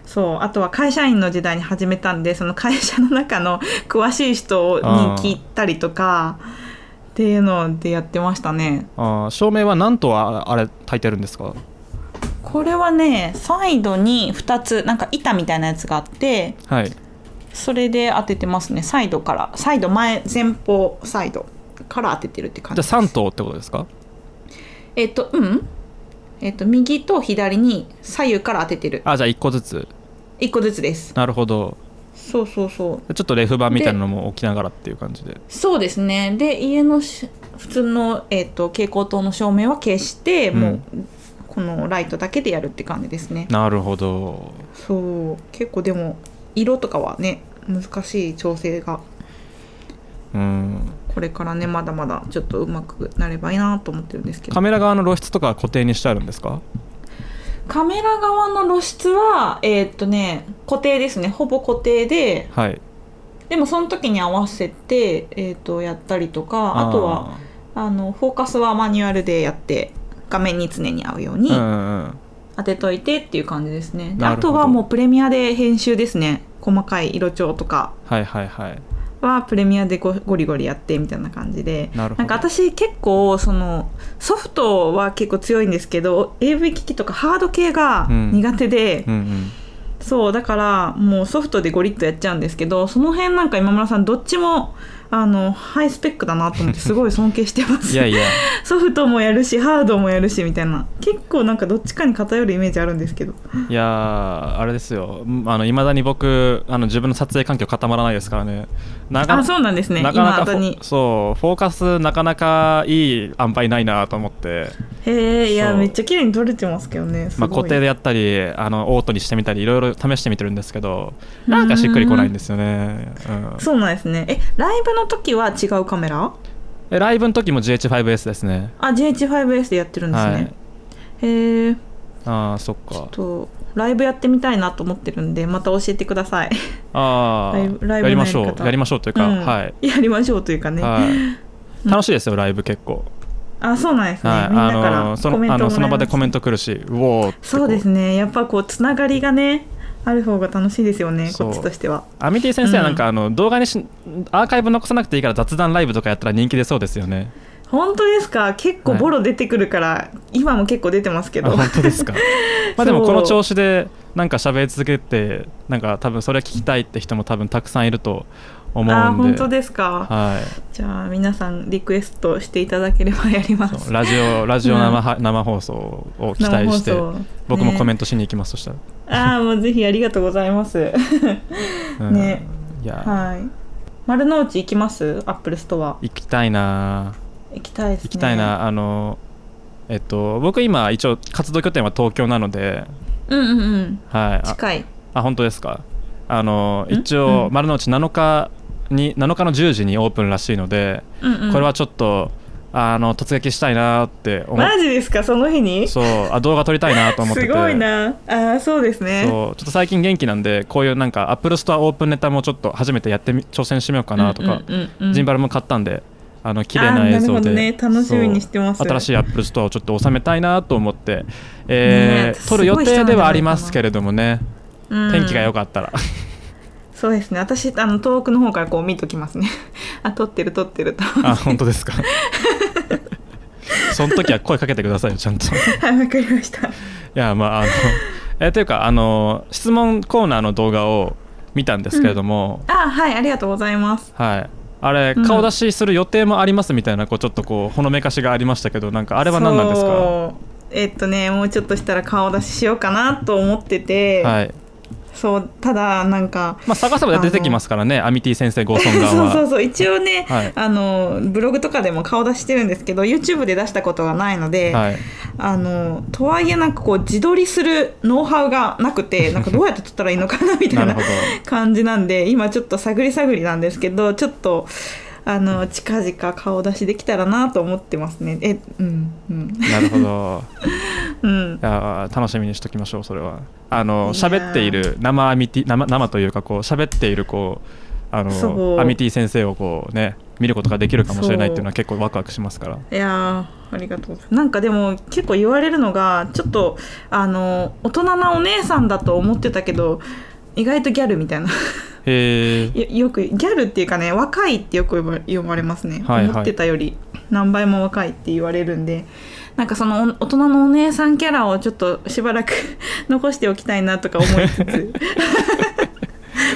そうあとは会社員の時代に始めたんでその会社の中の詳しい人に聞いたりとかっていうのでやってましたね
あー照明は何とああれ焚いてるんですか
これはねサイドに2つなんか板みたいなやつがあって
はい
それで当ててますねサイドからサイド前前方サイドから当ててるって感
じゃあ
じ
3灯ってことですか
えっとうんえっと右と左に左右から当ててる
あじゃあ1個ずつ
1個ずつです
なるほど
そうそうそう
ちょっとレフ板みたいなのも置きながらっていう感じで
そうですねで家のし普通の、えっと蛍光灯の照明は消して、
うん
もうこのライトだけでやるって感じですね
なるほど
そう結構でも色とかはね難しい調整が
うん
これからねまだまだちょっとうまくなればいいなと思ってるんですけ
カ
ど
メラ側の露出とかは固定にしてあるんですか
カメラ側の露出はえっとね固定ですねほぼ固定で
はい
でもその時に合わせて、えっとやったりとかあとはあのフォーカスはマニュアルでやって画面に常に合うよう
あ
に
ーうんうんうん
当てといてっていう感じですねで
な
あ
るほど
とはもうプレミアで編集ですね細かい色調とか
はいはいはい
はプレミアでゴゴリゴリやってみたいな感じで
なるほど
んか私結構そのソフトは結構強いんですけど AV 機器とかハード系が
うん
苦手で、
うんうん
そうだからもうソフトでゴリッとやっちゃうんですけどその辺なんか今村さんどっちもあのハイスペックだな と思ってすごい尊敬してます
いやいや
ソフトもやるしハードもやるしみたいな結構なんかどっちかに偏るイメージあるんですけど
いやーあれですよいまだに僕あの自分の撮影環境固まらないですからねなか
あそうなんですね
なかなか
今後に
フォそうフォーカスなかなかいい塩梅ないなと思って、
へえいや
そう
めっちゃ綺麗に撮れてますけどねす
ま
ご
あ、
い、
固定でやったりあのオートにしてみたりいろいろ試してみてるんですけどなんかしっくりこないんですよね、うん
そうなんですねえライブの時は違うカメラ
えライブの時も GH5S ですね
あ GH5S でやってるんですね、
はい
へえ
ああそっ
ちょっ
か
とライブやってみたいなと思ってるんでまた教えてください
ああ
ライブライブの
やりましょ
や
う
り方
やりましょうというか、
うん
はい、
やりましょうというかね、
はい、楽しいですよライブ結構
あそうなんですね、
はい、
みんなか
あの
ら
そ
コメン
のあ
ト
の
もら
その場でコメン
ント
ト来るし、うおーってこ
そうですねやっぱこうつながりがねある方が楽しいですよね
そう
こっちとしては
アミティ先生はなんか、あの動画にしアーカイブ残さなくていいから雑談ライブとかやったら人気出そうですよね。
本当ですか結構ボロ出てくるから、今も結構出てますけ
あ
ど
本当です か。まあでも
そう
この調子でなんか喋り続けてなんか多分それ聞きたいって人も多分たくさんいると思うんで。
あ本当ですか、
は
じゃあ皆さんリクエストしていただければやりま
い。そう
す
ラジオラジオ生,、生放送を期待して
生放送ね
僕もコメントしに行きます、そし
ああもうぜひありがとうございます
たら。うん
ね。
いや、
はい丸の内行きますアップルストア
行きたいなあ。
行きたいですね
行きたいな、あのえっと僕今一応活動拠点は東京なので
うんうんうん
はいあ
近い
あ本当ですかあの
ん
一応
うん
丸の内7日に7日の10時にオープンらしいので、
うんうん
これはちょっとあの突撃したいなって思っ
マジですかその日にす
そうあ動画撮りたいなと思ってて
ごいなあーそうですね
そうちょっと最近元気なんでこういうなんかアップルストアオープンネタもちょっと初めてやってみ挑戦してみようかなとか、
うんうんうんうん
ジンバルも買ったんであの綺麗な映像で、
あーなるほどね楽しみにしてます
そう新しいアップルストアをちょっと収めたいなと思って、え
ね
ー
え
撮る予定ではありま
す
す
ご
け
い
れどもね
うん
天気が良かったら、
そうですね私あの遠くの方からこう見ときますね あ撮ってる撮ってると
あ 本当ですか その時は声かけてくださいよちゃんとい
はいわかりました
やまああの えというかあの質問コーナーの動画を見たんですけれども、
あはいありがとうございます
はいあれ
うん
顔出しする予定もありますみたいなこうちょっとこうほのめかしがありましたけどなんかあ
あ
れは何なんですか
えっとねもうちょっとしたら顔出ししようかなと思ってて、
はい
そうただなんか
まあ探せば出てきますからねアミティ先生ゴーソンガン
そう
は
そうそう一応ね、
はい
あのブログとかでも顔出してるんですけど YouTube で出したことがないので、
はい
あのとはいえなんかこう自撮りするノウハウがな くてなんかどうやって撮ったらいいのかなみ
ない
た
る
な
ほど
感じなんで今ちょっと探り探りなんですけどちょっとあの近々顔出しできたらなと思ってますねえうんうん
なるほど
うん
いやー楽しみにしときましょうそれはあの
いやー
喋っている生アミティ生生というかこう喋っているこうあ
そう
のアミティ先生をこうね見ることができるかもしれないっていうのは結構ワクワクしますから
いやーありがとうございますなんかでも結構言われるのがちょっとあの大人なお姉さんだと思ってたけど意外とギャルみたいな
へえ
よよくギャルっていうかね若いってよく呼ば呼ばれますね、
はいはい
思ってたより何倍も若いって言われるんでなんかそのお大人のお姉さんキャラをちょっとしばらく 残しておきたいなとか思い つつ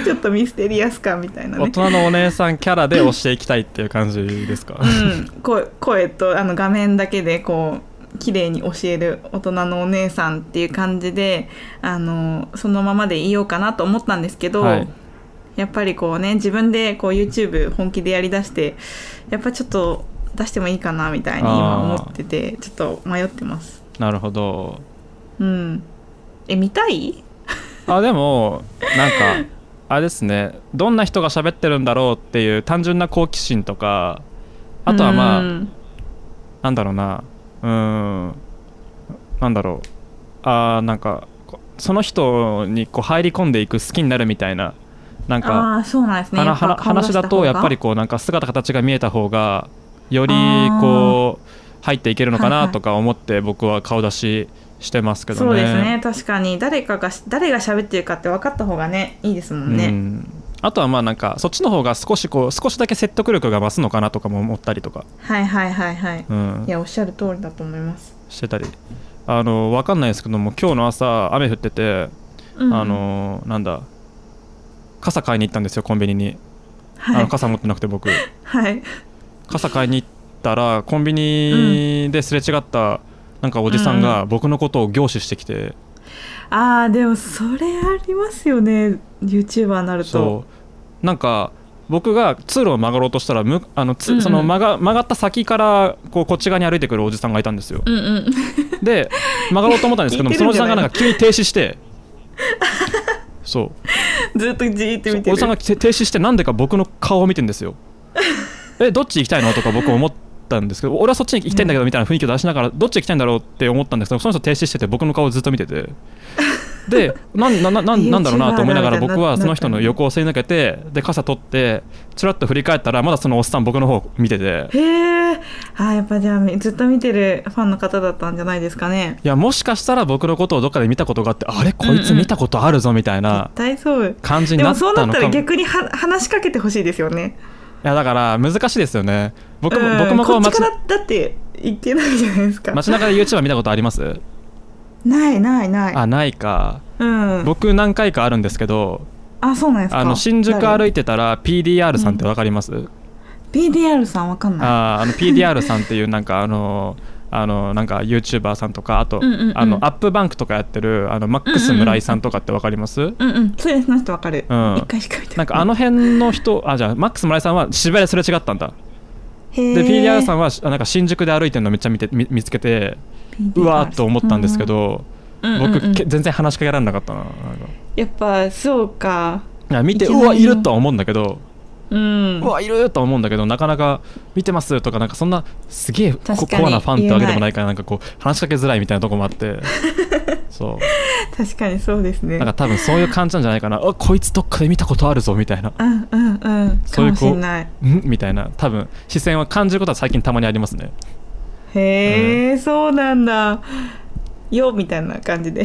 ちょっとミステリアス感みたいな
大
ね
人のお姉さんキャラで押していきたいっていう感じですか、
うん、声声とあの画面だけでこう綺麗に教える大人のお姉さんっていう感じであのそのままでいようかなと思ったんですけど、
はい
やっぱりこうね自分でこう YouTube 本気でやりだしてやっぱちょっと出してもいいかなみたいに今思っててちょっと迷ってます。
なるほど
うん、え見たい
あでもなん かあれですねどんな人が喋ってるんだろうっていう単純な好奇心とかあとはまあ、
うん
なんだろうなうーんなんだろうあーなんかこその人にこう入り込んでいく好きになるみたいななんか
ああそうなんですね
はな
やっぱ
はな
顔出し
話
た
だとやっぱり
方
こうなんか姿形が見えた方がより
あー
こう入っていけるのか
はい
な
はい
とか思って僕は顔出ししてますけ
が
どね。
そうですね確かに誰かが誰が喋ってるかって分かった方がねいいですもんね。
うんあとはまあなんかそっちの方が少しこう少しだけ説得力が増すのかなとかも思ったりとか、
はいはいはいはい。
うん
い、やおっしゃる通りだと思います。
してたりあのわかんないですけども今日の朝雨降ってて
うん
あのーなんだ傘買いに行ったんですよコンビニに、
は
あ
い
の傘持ってなくて僕
はい
傘買いに行ったらコンビニですれ違ったなんかおじさん
うん
が僕のことを凝視してきて、
あーでもそれありますよね YouTuber になると。
そうなんか僕が通路を曲がろうとしたらむあのつ
うんうん
その曲が曲がった先からこうこっち側に歩いてくるおじさんがいたんですよ
うんうん、
で曲がろうと思ったん ですけども
聞い
その
て
お
る
じ
んじ
さ
ゃ
ん
ない
がなんか急に停止して そう
ずっとじーっと
そう
見て
お
る。
じさんが停停止してなんでか僕の顔を見てんです よえどっち行きたいのとか僕思ったんですけど俺はそっちに行きたいんだけどみたいな雰囲気を出しながらどっち行きたいんだろうって思ったんですけどその人停止してて僕の顔をずっと見てて でなんななななんだろうなと思いながら
YouTuber だ
僕はその
なった
人
んだ
の横をすり抜けてで傘取ってちらっと振り返ったらまだそのおっさん僕の方見てて
へえ。あーやっぱじゃあみずっと見てるファンの方だったんじゃないですかね。
いやもしかしたら僕のことをどっかで見たことがあってあれこいつ見たことあるぞみたいな
絶対そう。
感じに
で
な
も
った
そう
のか
なっ
も
たら逆には話しかけてほしいですよね。
いやだから難しいですよね僕
う
も
ん
僕もこう
っち
街
からだって言ってないじゃないですか。
街中で YouTuber 見たことあります
ないないない。
あないか
うん。
僕何回かあるんですけど
あそうなんですか。
あの新宿歩
い。
いてたら PDR さんって分かります、
PDR さんわかんない。
あーあの PDR さんっていう なんかあのあのなんか YouTuber さんとかあと、
うんうんうん
あのアップバンクとかやってるあのマックス村井さんとかって分かります、
うんうん、そうです、その人わかる。一、
うん
回しか見た
なんかあの辺の人あじゃあマックス村井さんは渋谷ですれ違ったんだ
へ
で PDR さ
ん、
んはあなんか新宿で歩いてるのめっちゃ見て見見つけてうわーっと思ったんですけ、ど、
うんうんうん
僕け全然話しかけられなかったななんか
やっぱそうか
いや見て
いき
う
なりの
わいるとは思うんだけど、
うん
うわいるとは思うんだけどなかなか見てますとかなんかそんなすげえコ
確かに
コアなファンってわけで
言えな
も
い
ないからなんかこう話しかけづらいみたいなとこもあって そ
確かにそうです
う
ね
なんか多分そういう感じなんじゃないかなあこいつどっかで見たことあるぞみたいな
うんうんうんか
そういう
も
子
しれない
んみたいな多分視線は感じることは最近たまにありますね
へえ、そうなんだよみたいな感じで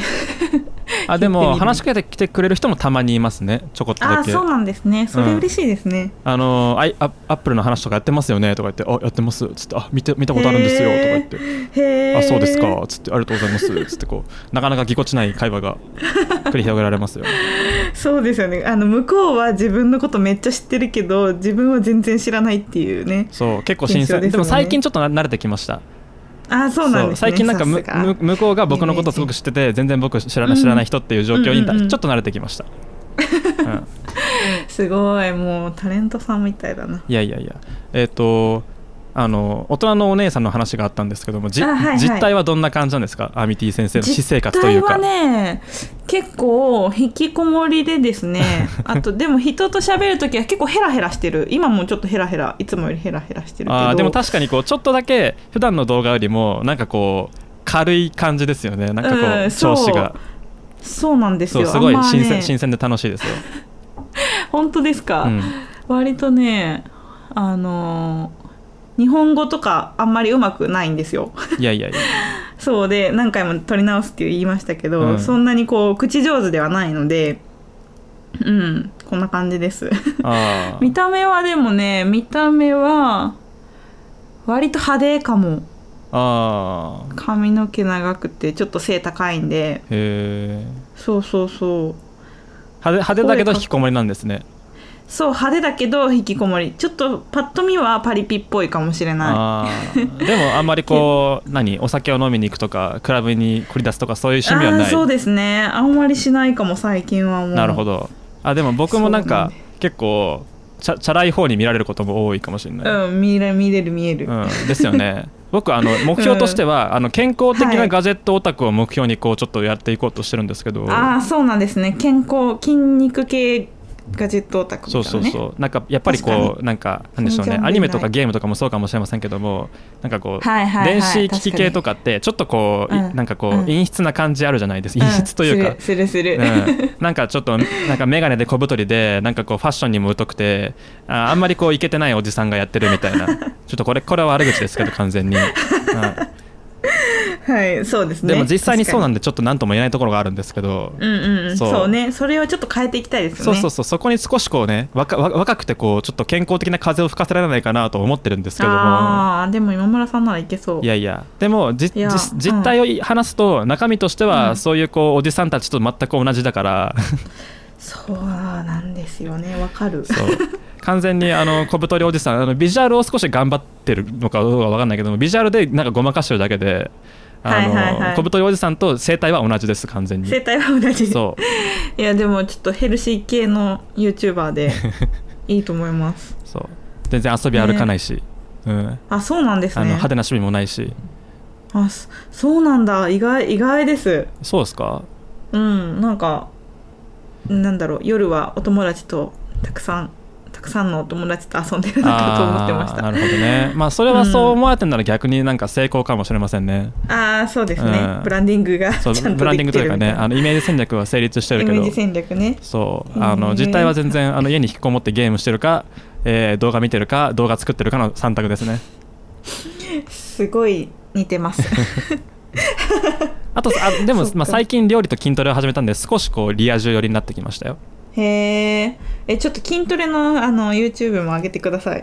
あで
言ってみ
も
る
話しかけてきてくれる人もたまにいますねちょこっと
あ
だ
あ
け
そうなんですねそれ嬉しいですね、
あのアイアアップルの話とかやってますよねとか言って「あやってます」つって「あ見て見たことあるんですよ」とか言って
へえ
あそうですかつってありがとうございますつってこうな かなかぎこちない会話 が繰り広げられますよ
そうですよねあの向こうは自分のことめっちゃ知ってるけど自分は全然知らないっていうね
そう結構新
印象
鮮
ですもんね
でも最近ちょっとな慣れてきました
ああそうなんです、ね、
最近なんかむ
さすが
む向こうが僕のことすごく知ってて全然僕知らない知らない人っていう状況に、
うんうんうん
ちょっと慣れてきました、うん、
すごいもうタレントさんみたいだない
やいやいやえっ、とあの大人のお姉さんの話があったんですけどもじ、
あはいはい
実態はどんな感じなんですかアミティ先生の私生活というか
実態はね結構引きこもりでですね あとでも人と喋るときは結構ヘラヘラしてる今もちょっとヘラヘラいつもよりヘラヘラしてるけど
あーでも確かにこうちょっとだけ普段の動画よりもなんかこう軽い感じですよねなんかこう、
うんそ
調
う
子が
そうなんです
そう
よ
すごい
あんま
新鮮,、
ね、
新鮮で楽しい ですよ、
本当ですか、
うん、
割とねあのー日本語とかあんまりうまくないんですよ
いやいやいや
そうで何回も取り直すって言いましたけど、
うん
そんなにこう口上手ではないのでうんこんな感じです
あー
見た目はでもね見た目は割と派手かも
あー
髪の毛長くてちょっと背高いんで
へえ
そうそうそう
派手派手だけど引きこもりなんですね
そう派手だけど引きこもりちょっとパッと見はパリピっぽいかもしれな
あーでもあんまりこ う何お酒を飲みに行くとかクラブに繰り出すとかそういう
い
趣味は
あ
な
ー
い
そうですねあんまりしないかも最近はもう
なるほどあでも僕もなんか
そうな
結構チャチャラい方に見られることも多いかもしれない、
うん見れ見れる見える、
うん、ですよ ね僕あの目標としては、あの健康的
は
ないガジェットオタクを目標にこうちょっとやっていこうとしてるんですけど、
ああそうなんですね健康筋肉系ガジェットオタクみた
そ
いうな、ね、
そうそうなんかやっぱり
確
こうなんかなんでしょうね
そのジャンル
アニメと
な
か
い
ゲームとかもそうかもしれませんけどもなんかこう、
はいはいはい
電子機器系とかってちょっとこう、い
うん
なんかこう、
うん
陰湿な感じあるじゃないです
ん
陰湿というか、
するするする、
うんなんかちょっとなんか眼鏡で小太りでなんかこうファッションにも疎くてああんまりこういけてないおじさんがやってるみたいなちょっとこれこれは悪口ですけど完全に、う
はいそうです
ん、
ね
でも実際にそうなんんでちょっと何とも言えないところがあるんですけど、
うんうんうん
そ
そううねそれをちょっと変えていきたいです
そ
よね
うそうそうそこに少しこうね若若若くてこうちょっと健康的な風を吹かせられないかなと思ってるんですけども。
ああでも今村さんならいけそう
いやいやでもじ
いや
じ実態を話すと中身として
う
は
ん
そういうこうおじさんたちと全く同じだから、
そうなんですよねわかる
そう完全にあの小太りおじさんあのビジュアルを少し頑張ってるのかどうかわかんないけどもビジュアルでなんかごまかしてるだけであの、
はいはいはい
小太りおじさんと生態は同じです完全に
生態は同じ
そう
いやでもちょっとヘルシー系の YouTuber でいいと思います
そう全然遊び歩かないし、うん、
あそうなんです
あの
ね
派手な趣味もないし
あそそうなんだ意外意外です
そうです か
うんなんかなんだろう夜はお友達とたくさんたくさんのお友達と遊んでるのかと思ってまし
あー
た
なるほどねまあそれはそう思われてんなら逆になんか成功かもしれませんね、
ああそうですね、
うん
ブランディングが ち
そ
ゃ
うん
とできてる
ブランディングというかね
みた
あのイメージ戦略は成立して
いな
る
イ
けど
メージ戦略ね
そう
へー
あの実態は全然あの家に引きこもってゲームしてるか、えー動画見てるか動画作ってるかの3択ですね
すごい似てます
あとあでも
そっか
まあ最近料理と筋トレを始めたんで少しこうリア充寄りになってきましたよ
へええちょっと筋トレのあの YouTube も上げてください
い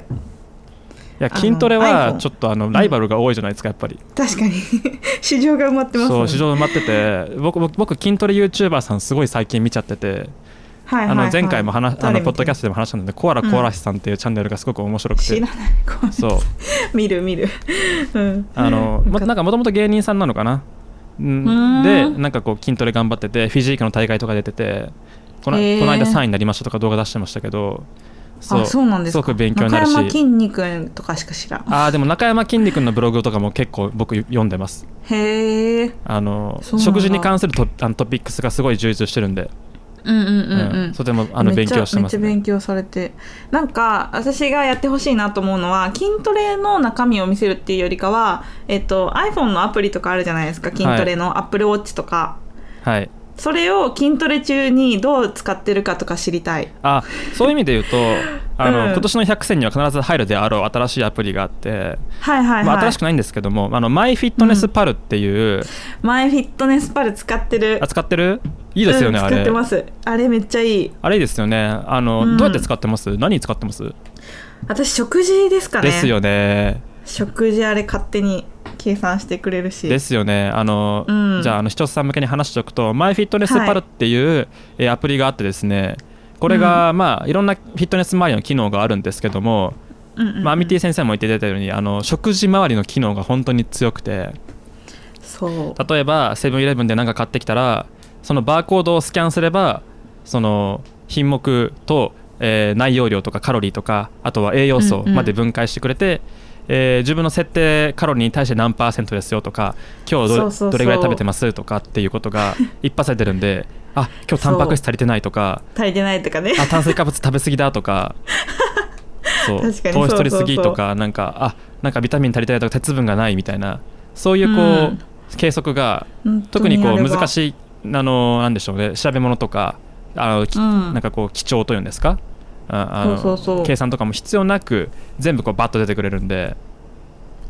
や
あの
筋トレ
iPhone
はちょっとあのライバルが多いじゃないですかやっぱり、
確かに市場が埋まってますもん
そ
ね
う市場埋まってて僕僕僕筋トレ YouTuber さんすごい最近見ちゃってて
は
あ
いはいはい
の前回も話、あ
誰
の
見て
ポッドキャストでも話したのでコアラコアラシさんっていうチャンネルがすごく面白くて、
知らない怖い
そう
見る見る、うん、
あの、ま、なんかもともと芸人さんなのかなうん
ん
でなんかこう筋トレ頑張っててフィジークの大会とか出ててこの,、
へー
この間3位になりましたとか動画出してましたけどそう
あそうなんですか
すごく勉強になる
中山き
し
んに君とかしか知らん
あーでも中山きんに君のブログとかも結構僕読んでます
へえ
あの
そうなんだ
食事に関するトあのトピックスがすごい充実してるんで、
うんうんうんうん、
とてもあの
めっ
勉
ちゃ
強してます、
めっちゃ
ね、
勉強されてなんか私がやってほしいなと思うのは筋トレの中身を見せるっていうよりかは、えっと、iPhone のアプリとかあるじゃないですか筋トレの AppleWatch とか、
はい
それを筋トレ中にどう使ってるかとか知りたい
あそういう意味で言うとあの、
うん
今年の100選には必ず入るであろう新しいアプリがあって、
はいはいはい、
まあ、新しくないんですけどもあのマイフィットネスパルっていう、
マイフィットネスパル使ってる
あ使ってるいいですよね、
うん
あ
使って
れ
ますあれめっちゃいい
あれいいですよねあの、
うん
どうやって使ってます何に使ってます、
私食事ですかね
ですよね
食事あれ勝手に計算してくれるし
ですよねあの、
うん
じゃああの視聴者さん向けに話しておくとマイフィットネスパルっていう、えーアプリがあってですねこれが、まあいろんなフィットネス周りの機能があるんですけども、
うんうんうん
まあ、アミティ先生も言っていただいたようにあの食事周りの機能が本当に強くて
そう
例えばセブンイレブンで何か買ってきたらそのバーコードをスキャンすればその品目と、えー内容量とかカロリーとかあとは栄養素
うんうん
まで分解してくれて、えー自分の設定カロリーに対して何パーセントですよとか今日ど
そうそうそう
どれぐらい食べてますとかっていうこと が一発で出るんであ今日タンパク質足りてないとか
足りてないとかね
あ炭水化物食べ過ぎだと かそう
確かに
糖質取り過
そうそうそう
ぎとかなんかあなんかビタミン足りてないとか鉄分がないみたいなそういうこう、
うん
計測が
本当
特にこ
あ
う
れは
難しいあのなんでしょうね調べ物とかあの、き
うん
なんかこう基調というんですかああの
そうそうそう
計算とかも必要なく全部こうバッと出てくれるんで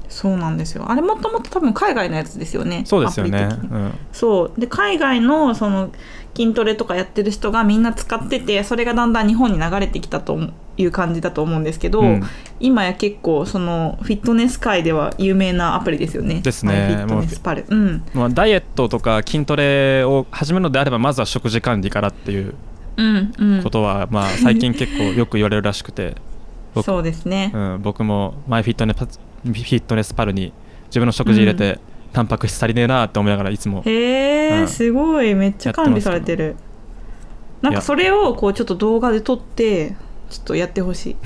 そうなんですよあれもともと多分海外のやつですよね
そうですよね
アプリ的に
うん
そうで海外のその筋トレとかやってる人がみんな使っててそれがだんだん日本に流れてきたという感じだと思うんですけど、
うん
今や結構そのフィットネス界では有名なアプリですよね
ですね
マイフィットネスパルうん
まあ、ダイエットとか筋トレを始めるのであればまずは食事管理からっていう
うんうん
ことは、まあ、最近結構よく言われるらしくて、僕
そうですね、
うん、僕もマイフィットネスパフィットネスパルに自分の食事入れて、タンパク質足りねえなって思いながらいつも
へえ、
うん
すごいめっちゃ管理されてるなん
い
か
や
それをこうちょっと動画で撮ってちょっとやってほしい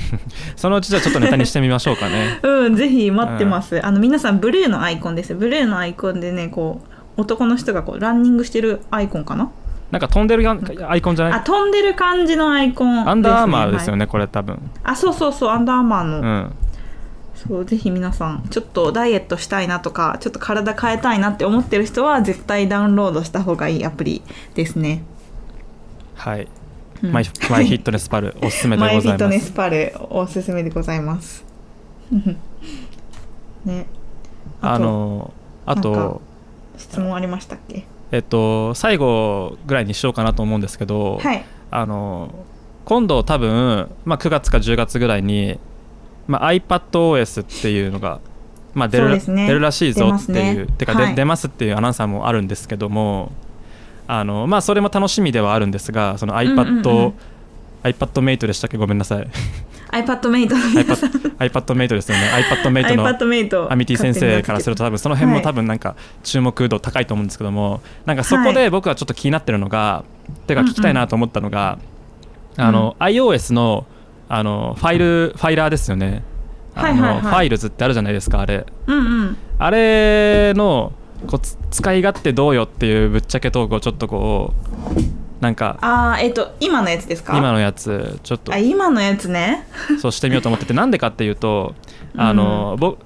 そのうちじゃあちょっとネタにしてみましょうかね
うん、ぜひ待ってます。あの皆さんブルーのアイコンです。ブルーのアイコンでね、こう男の人がこうランニングしてるアイコンかな。
なんか飛んでるやんアイコンじゃない
あ、飛んでる感じのアイコン、
アンダーアーマーですよ
ね。
ね、これ多分。
はいあ、そうそうそう、アンダーアーマーの。
うん。
そう、ぜひ皆さん、ちょっとダイエットしたいなとか、ちょっと体変えたいなって思ってる人は絶対ダウンロードした方がいいアプリですね。
はい。
うん
マイマイヒットネスパル、おすすめで
マイ
ご
フ
ざ
ィッ
い
ト
ま
ネ
す。
スパルおすすめでございます。ね。
あの、あ
なんか
と、
質問ありましたっけ？
えっと、最後ぐらいにしようかなと思うんですけど、
はい。
あの、今度多分、まあ、9月か10月ぐらいに、まあ、iPadOS っていうのが、まあ、出
そう
る
ですね
出るらしいぞって
出
い
ま
う、
すね
てか、で
はい
出ますっていうアナウンサーもあるんですけどもあの、まあ、それも楽しみではあるんですがその iPad、
うんうんうん
iPadMate でしたっけごめんなさい
iPad メイトの皆さん
iPadMate ですよね iPadMate の
iPad メイト
アミティ先生からすると多分その辺も多分なんか注目度高いと思うんですけども、なんかそこで僕はちょっと気になってるのが、てか聞きたいなと思ったのが、
うん
あの iOS のあのファイルファイラーですよねあの、
はいはいはい
ファイルズってあるじゃないですかあれ
うんうん
あれのこうつ使い勝手どうよっていうぶっちゃけトークをちょっとこうなんか
ああえっ、と今のやつですか
今のやつちょっと
あ今のやつね
そうしてみようと思っててなんでかっていうとあの、ぼ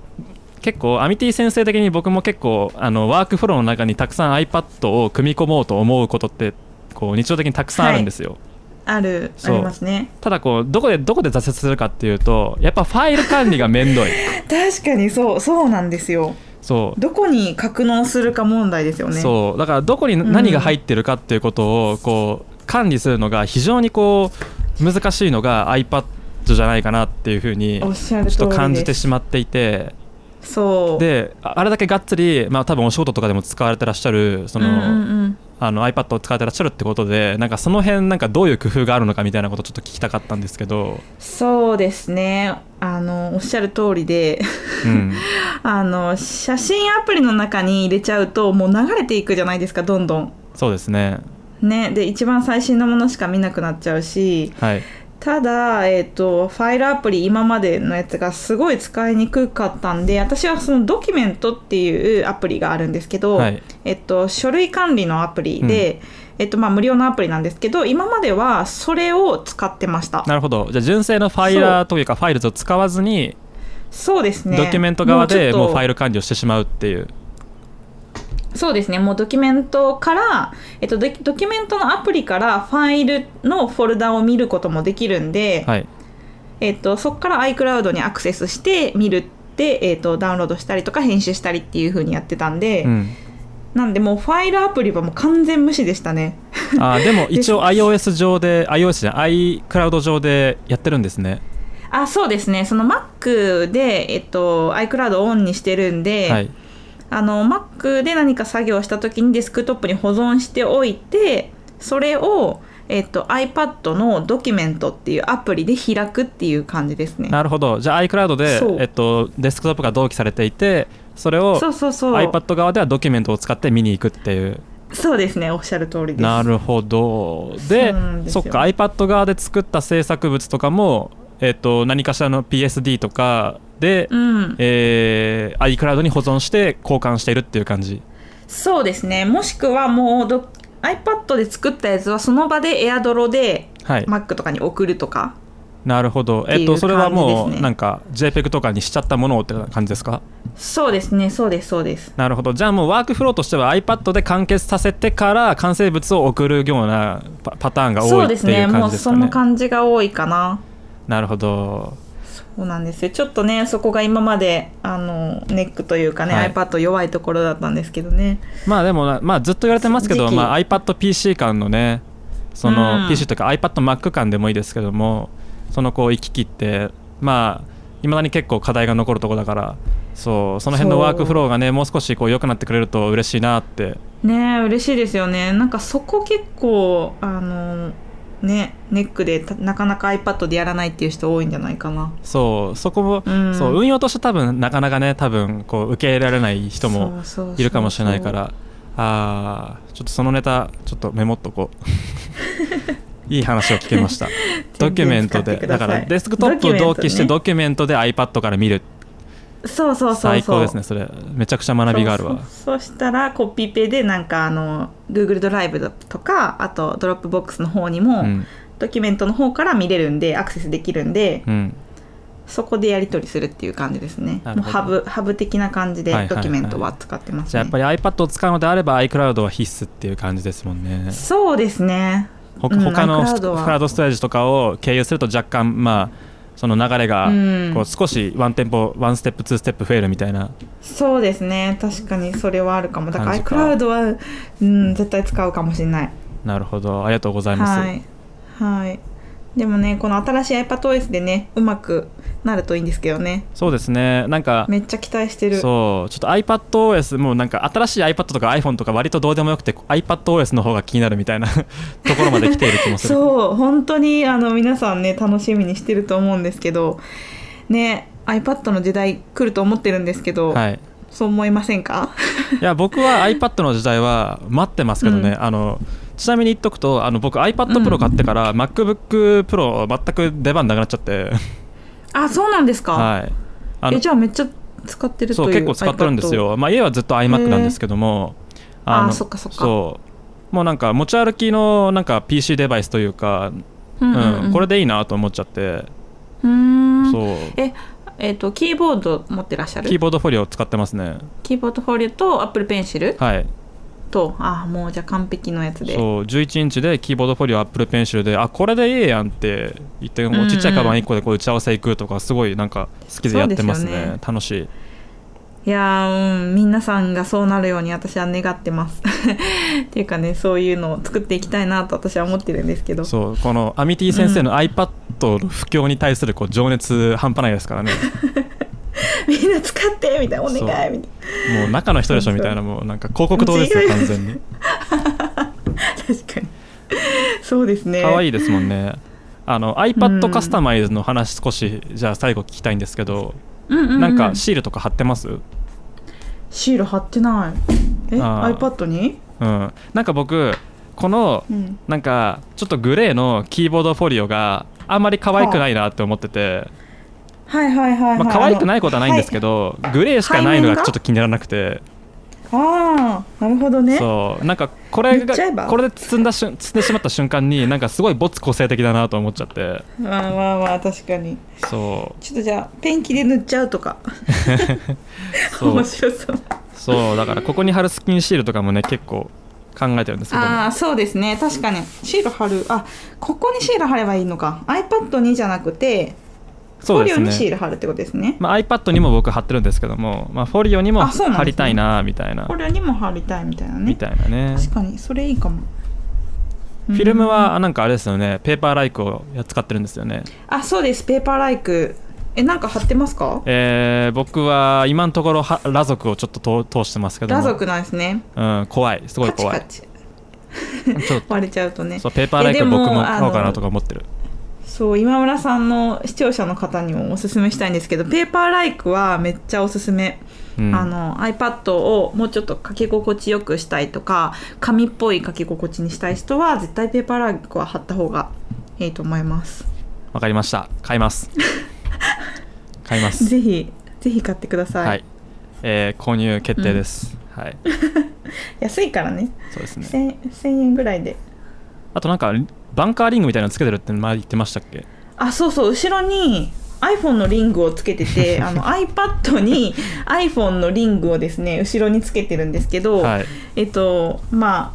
結構アミティ先生的に僕も結構あのワークフローの中にたくさん iPad を組み込もうと思うことってこう日常的にたくさんあるんですよ、
あるあ
そう
りますね
ただこうどこでどこで挫折するかっていうとやっぱファイル管理がめん どい
確かにそうそうなんですよ
そう、
どこに格納するか問題ですよね
そうだからどこに
ん
何が入ってるかっていうことをこう管理するのが非常にこう難しいのが iPad じゃないかなっていうふうにち
お
ょ
っしゃる
っ
通り
と
です
感じてしまっていて
そう
でああれだけがっつり、まあ、多分お仕事とかでも使われてらっしゃるその、
うんうんうん
あの iPad を使ってらっしゃるってことでなんかその辺なんかどういう工夫があるのかみたいなことをちょっと聞きたかったんですけど、
そうですねあのおっしゃる通りで
うん、
あの写真アプリの中に入れちゃうともう流れていくじゃないですかどんどん
そうですね
ねで一番最新のものしか見なくなっちゃうし
はい
ただ、えっとファイルアプリ今までのやつがすごい使いにくかったんで私はそのドキュメントっていうアプリがあるんですけど、
はい
えっと書類管理のアプリで、えっとまあ、無料のアプリなんですけど今まではそれを使ってました
なるほどじゃあ純正のファイラーというかファイルズを使わずに
そうですね
ドキュメント側でもうファイ
ル
ル管理をしてしまうっていう
そうですねもうドキュメントから、えっと、ドキドキュメントのアプリからファイルのフォルダを見ることもできるんで、
はい
えっと、そこから iCloud にアクセスして見るって、えっと、ダウンロードしたりとか編集したりっていう風にやってたんで、
うん
なんでもうファイルアプリはもう完全無視でし たね
あーでも一応 iOS 上で iOS じゃない iCloud 上でやってるんですね
あそうですねその Mac で、えっと、iCloud をオンにしてるんで、
はい
あの Mac で何か作業した時にデスクトップに保存しておいてそれを、えっと、iPad のドキュメントっていうアプリで開くっていう感じですね
なるほどじゃあ iCloud で
そう
えっとデスクトップが同期されていてそれを
そうそうそう
iPad 側ではドキュメントを使って見に行くっていう
そうですねおっしゃる通りです
なるほどで
そうなんです
そ
よ
っか iPad 側で作った制作物とかも、えっと何かしらの PSD とかで、
うん、
えー iCloud に保存して交換しているっていう感じ
そうですねもしくはもうど iPad で作ったやつはその場でエアドロで
はい、
Mac とかに送るとか
なるほど
て
え
い
っ
う
とそれはも
感
う
じですね
なんか JPEG とかにしちゃったものをって感じですか
そうですねそうですそうです
なるほどじゃあもうワークフローとしては iPad で完結させてから完成物を送るようなパパターンが
そ
多
う
い
で
っ
す
てい
ね
う
も
感
う
じです
そ
か
の
ね
感じが多いかな
なるほど
そうなんですよちょっとねそこが今まであのネックというかね、
はい
iPad 弱いところだったんですけどね
まあでもな、まあ、ずっと言われてますけど、
正直
まあ、iPadPC 間のねそ
うん
の PC というか iPadMac 間でもいいですけどもそのこう行き来ってまあいまだに結構課題が残るところだからそうその辺の
そう
ワークフローがねもう少しこう良くなってくれると嬉しいなって
ねえ嬉しいですよねなんかそこ結構あのねネックでたなかなか iPad でやらないっていう人多いんじゃないかな
そうそこも、
うん
そう運用として多分なかなかね多分こう受け入れられない人も
そうそうそう
いるかもしれないからあーちょっとそのネタちょっとメモっとこ ういい話を聞けましたドキュメントで
全然使ってく
だ
ださ
か
い
らデスクトップを同期してド
ド
キュメントで iPad から見る
そうそうそうそう
最高ですねそれめちゃくちゃ学びがあるわ
そうそうそしたらコピペでなんかあの Google ドライブとかあとドロップボックスの方にも、
うん、
ドキュメントの方から見れるんでアクセスできるんで、
うん、
そこでやり取りするっていう感じですね
なる
もう
ほど
ハブハブ的な感じ
はい
で
はいはい
ドキュメントは使ってます
じゃあ
ね、
やっぱり iPad を使うのであれば iCloud は必須っていう感じですもんね
そうですね
ほ
うん
他の
iCloud
ク
は
ラウドストレージとかを経由すると若干まあその流れが
うん
こう少しワンテンポワンステップツーステップ増えるみたいな
そうですね確かにそれはあるかもだから
感
iCloud は、うん、絶対使うかもしれない
なるほどありがとうございます、
はいはいでもねこの新しい iPadOS でねうまくなるといいんですけどね
そうですねなんか
めっちゃ期待してる
そうちょっと iPadOS もうなんか新しい iPad とか iPhone とか割とどうでもよくて iPadOS の方が気になるみたいな ところまで来ている気もする
そう本当にあの皆さんね楽しみにしてると思うんですけどね iPad の時代来ると思ってるんですけど、
はい、
そう思いませ んか
いや僕は iPad の時代は待ってますけどね、
う
あのちなみに言っとくとあの僕 iPadPro 買ってから MacBookPro 全く出番なくなっちゃって
あそうなんですか、
はいあの
えじゃあめっちゃ使ってると
そ
いうう
結構使ってるんですよ、まあ、家はずっと iMac なんですけども、
ー
の
あーそっかそっか
そうもうなんか持ち歩きのなんか PC デバイスというか、
iPad うんうんうん
うんこれでいいなと思っちゃって、
うーん
そう
ええっ、とキーボード持ってらっしゃる
キーボードフォリオを使ってますね
キーボードフォリオとアップルペンシル
はい
とあもうじゃあ完璧のやつで
そう11インチでキーボードフォリオアップルペンシルであこれでいいやんって言ってもうちっちゃいカバン1個でこう打ち合わせ行くとかすごいなんか好きでやってますね
そうですよね
楽しい
いやー、うん、皆さんがそうなるように私は願ってます。 っていうかね、そういうのを作っていきたいなと私は思ってるんですけど。
そうこのアミティ先生の iPad の不況に対するこう情熱半端ないですからね
みんな使ってみたいな、お願い
そう
みたいな。
もう中の人でしょみたいなもうなんか広告塔ですよ完全に
確かに。そうですね。
可愛
い。
いですもんねあの iPad カスタマイズの話少しじゃあ最後聞きたいんですけど、
うんうん、うん。
なんかシールとか貼ってます
シール貼ってない。え、
あー
iPad に
うん、なんか僕この
うん。
なんかちょっとグレーのキーボードフォリオがあんまり可愛くないなって思ってて、
はいはいはい、はい
まあ可愛くないことはないんですけ
ど
ど、グレーしかないのがちょっと気にならなくて、
ああなるほどね
そうなんかこれ
言っちゃえば
がこれで積んだしゅん積んでしまった瞬間になんかすごい没個性的だなと思っちゃって
まあまあまあ確かに
そ
ちょっとじゃあペンキで塗っちゃうとか
う そ
面
う
白そう
そうだからここに貼るスキンシールとかもね結構考えてるんですけども
ああそうですね確かにシール貼るあここにシール貼ればいいのか iPad にじゃなくて
そうで
フォ
す
リオにシー
ね、
ル貼るってことですね
まあ、iPad にも僕貼ってるんですけども、まあ、フォリオにも
あそうなんですね
貼りたいなみたいな、
フォリオにも貼りたいみたいなね
みたいなね
確かにそれいいかも
フィルムはなんかあれですよねペーパーライクを使ってるんですよね
あそうですペーパーライクえなんか貼ってますか
えー僕は今のところは裸族をちょっと通通してますけども
裸族なんですね
うん、怖いすごい
カチ
怖
カ
い
チ
ちょっと
割れちゃうとね
そうペーパーライク僕
えで
も
もあ
買
の
おうかなとか思ってる
そう今村さんの視聴者の方にもおすすめしたいんですけどペーパーライクはめっちゃおすすめ、
うん
あの iPad をもうちょっと書き心地よくしたいとか紙っぽい書き心地にしたい人は絶対ペーパーライクは貼った方がいいと思います
わかりました買います 買います
ぜひぜひ買ってくださ、
はいい、えー購入決定です、はい
安いからね
そうですね
1000 1000円ぐらいで
あとなんかバンカーリングみたいなのつけてるって前言ってましたっけ
あそうそう後ろに iPhone のリングをつけて てあの iPad に iPhone のリングをですね後ろにつけてるんですけど、
はい
えっとま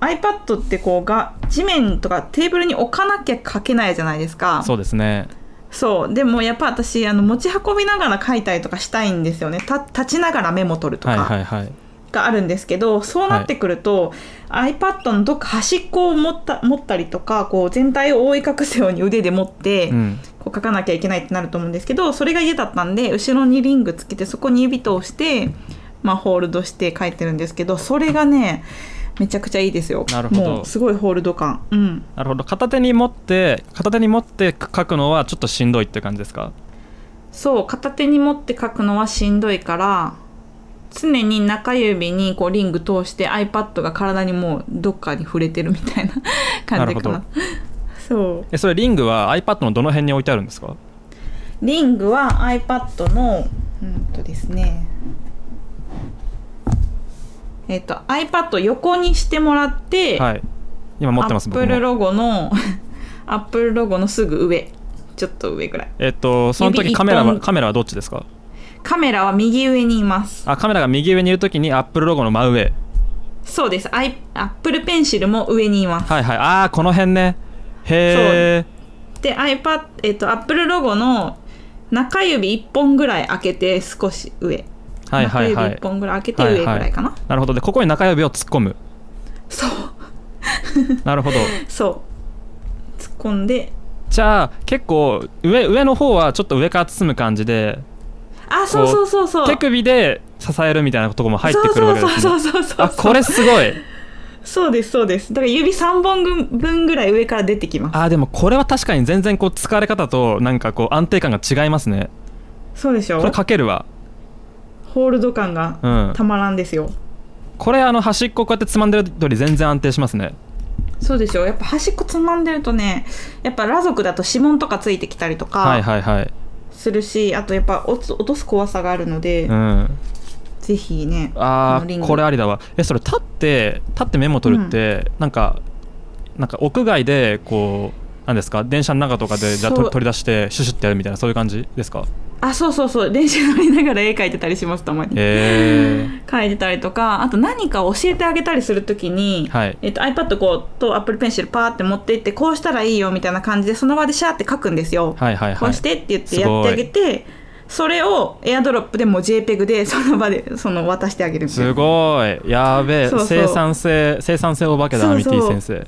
あ iPad ってこうが地面とかテーブルに置かなきゃ書けないじゃないですか
そうですね
そうでもやっぱ私あの持ち運びながら書いたりとかしたいんですよねた立ちながらメモ取ると
はいは
か
いはい
があるんですけど、そうなってくると、iPad のどっか端っこを持った持ったりとかこう全体を覆い隠すように腕で持って、
うん
こう書かなきゃいけないってなると思うんですけどそれが家だったんで後ろにリングつけてそこに指通して、まあ、ホールドして書いてるんですけどそれがねめちゃくちゃいいですよ
なるほど
もうすごいホールド感うん
なるほど片手に持って片手に持って書くのはちょっとしんどいって感じですか
そう片手に持って書くのはしんどいから常に中指にこうリング通して iPad が体にもうどっかに触れてるみたいな 感じかな
なる
そう
えそれリングは iPad のどの辺に置いてあるんですか
リングは iPad のうんとですねえっ、と iPad を横にしてもらって、
はい今持ってます僕
Apple
も
ロゴの Apple ロゴのすぐ上ちょっと上ぐらい
えっとその時
指一
カメラは
本
カメラはどっちですか
カメラは右上にいます
あカメラが右上にいる時に Apple ロゴの真上
そうですアイ Apple ペンシルも上にいます
はいはいああこの辺ねへえ
で iPad、えっと Apple ロゴの中指1本ぐらい開けて少し上、
はいはい
中
は
指
い
1本ぐらい開けて上ぐらいかな、
なるほどでここに中指を突っ込む
そう
なるほど
そう突っ込んで
じゃあ結構上上の方はちょっと上から包む感じで
あそうそうそうそう
手首で支えるみたいなとこも入ってくるわけです
そ
ね
うそうそうそうそう
あこれすごい
そうですそうですだから指3本分ぐらい上から出てきます
あーでもこれは確かに全然こう使われ方となんかこう安定感が違いますね
そうでしょ
これかけるわ
ホールド感が
うん
たまらんですよ、
これあの端っここうやってつまんでるより全然安定しますね
そうでしょやっぱ端っこつまんでるとねやっぱ裸族だと指紋とかついてきたりと
はい
か
はいはい
するし、あとやっぱ落つ落とす怖さがあるので、
うん
ぜひね
あ
このリン
ー
グ
これありだわえそれ立って立ってメモ取るって、なんかなんか屋外でこうなんですか電車の中とかでじゃあ
そう
取取り出してシュシュってやるみたいなそういう感じですか
あそうそうそう練習乗りながら絵描いてたりしますたまに
へえ
書いてたりとかあと何か教えてあげたりするときに、
はい
えっと iPad こうと Apple Pencil パーって持っていってこうしたらいいよみたいな感じでその場でシャーって書くんですよ、
はいはい
こ
は
う
い
してって言ってやってあげてそれを AirDrop でも JPEG でその場でその渡してあげるみたい
す
な
ごいやーべえ
そうそう
生産性生産性お化けだ
そう
ミテ
そう
ィ先生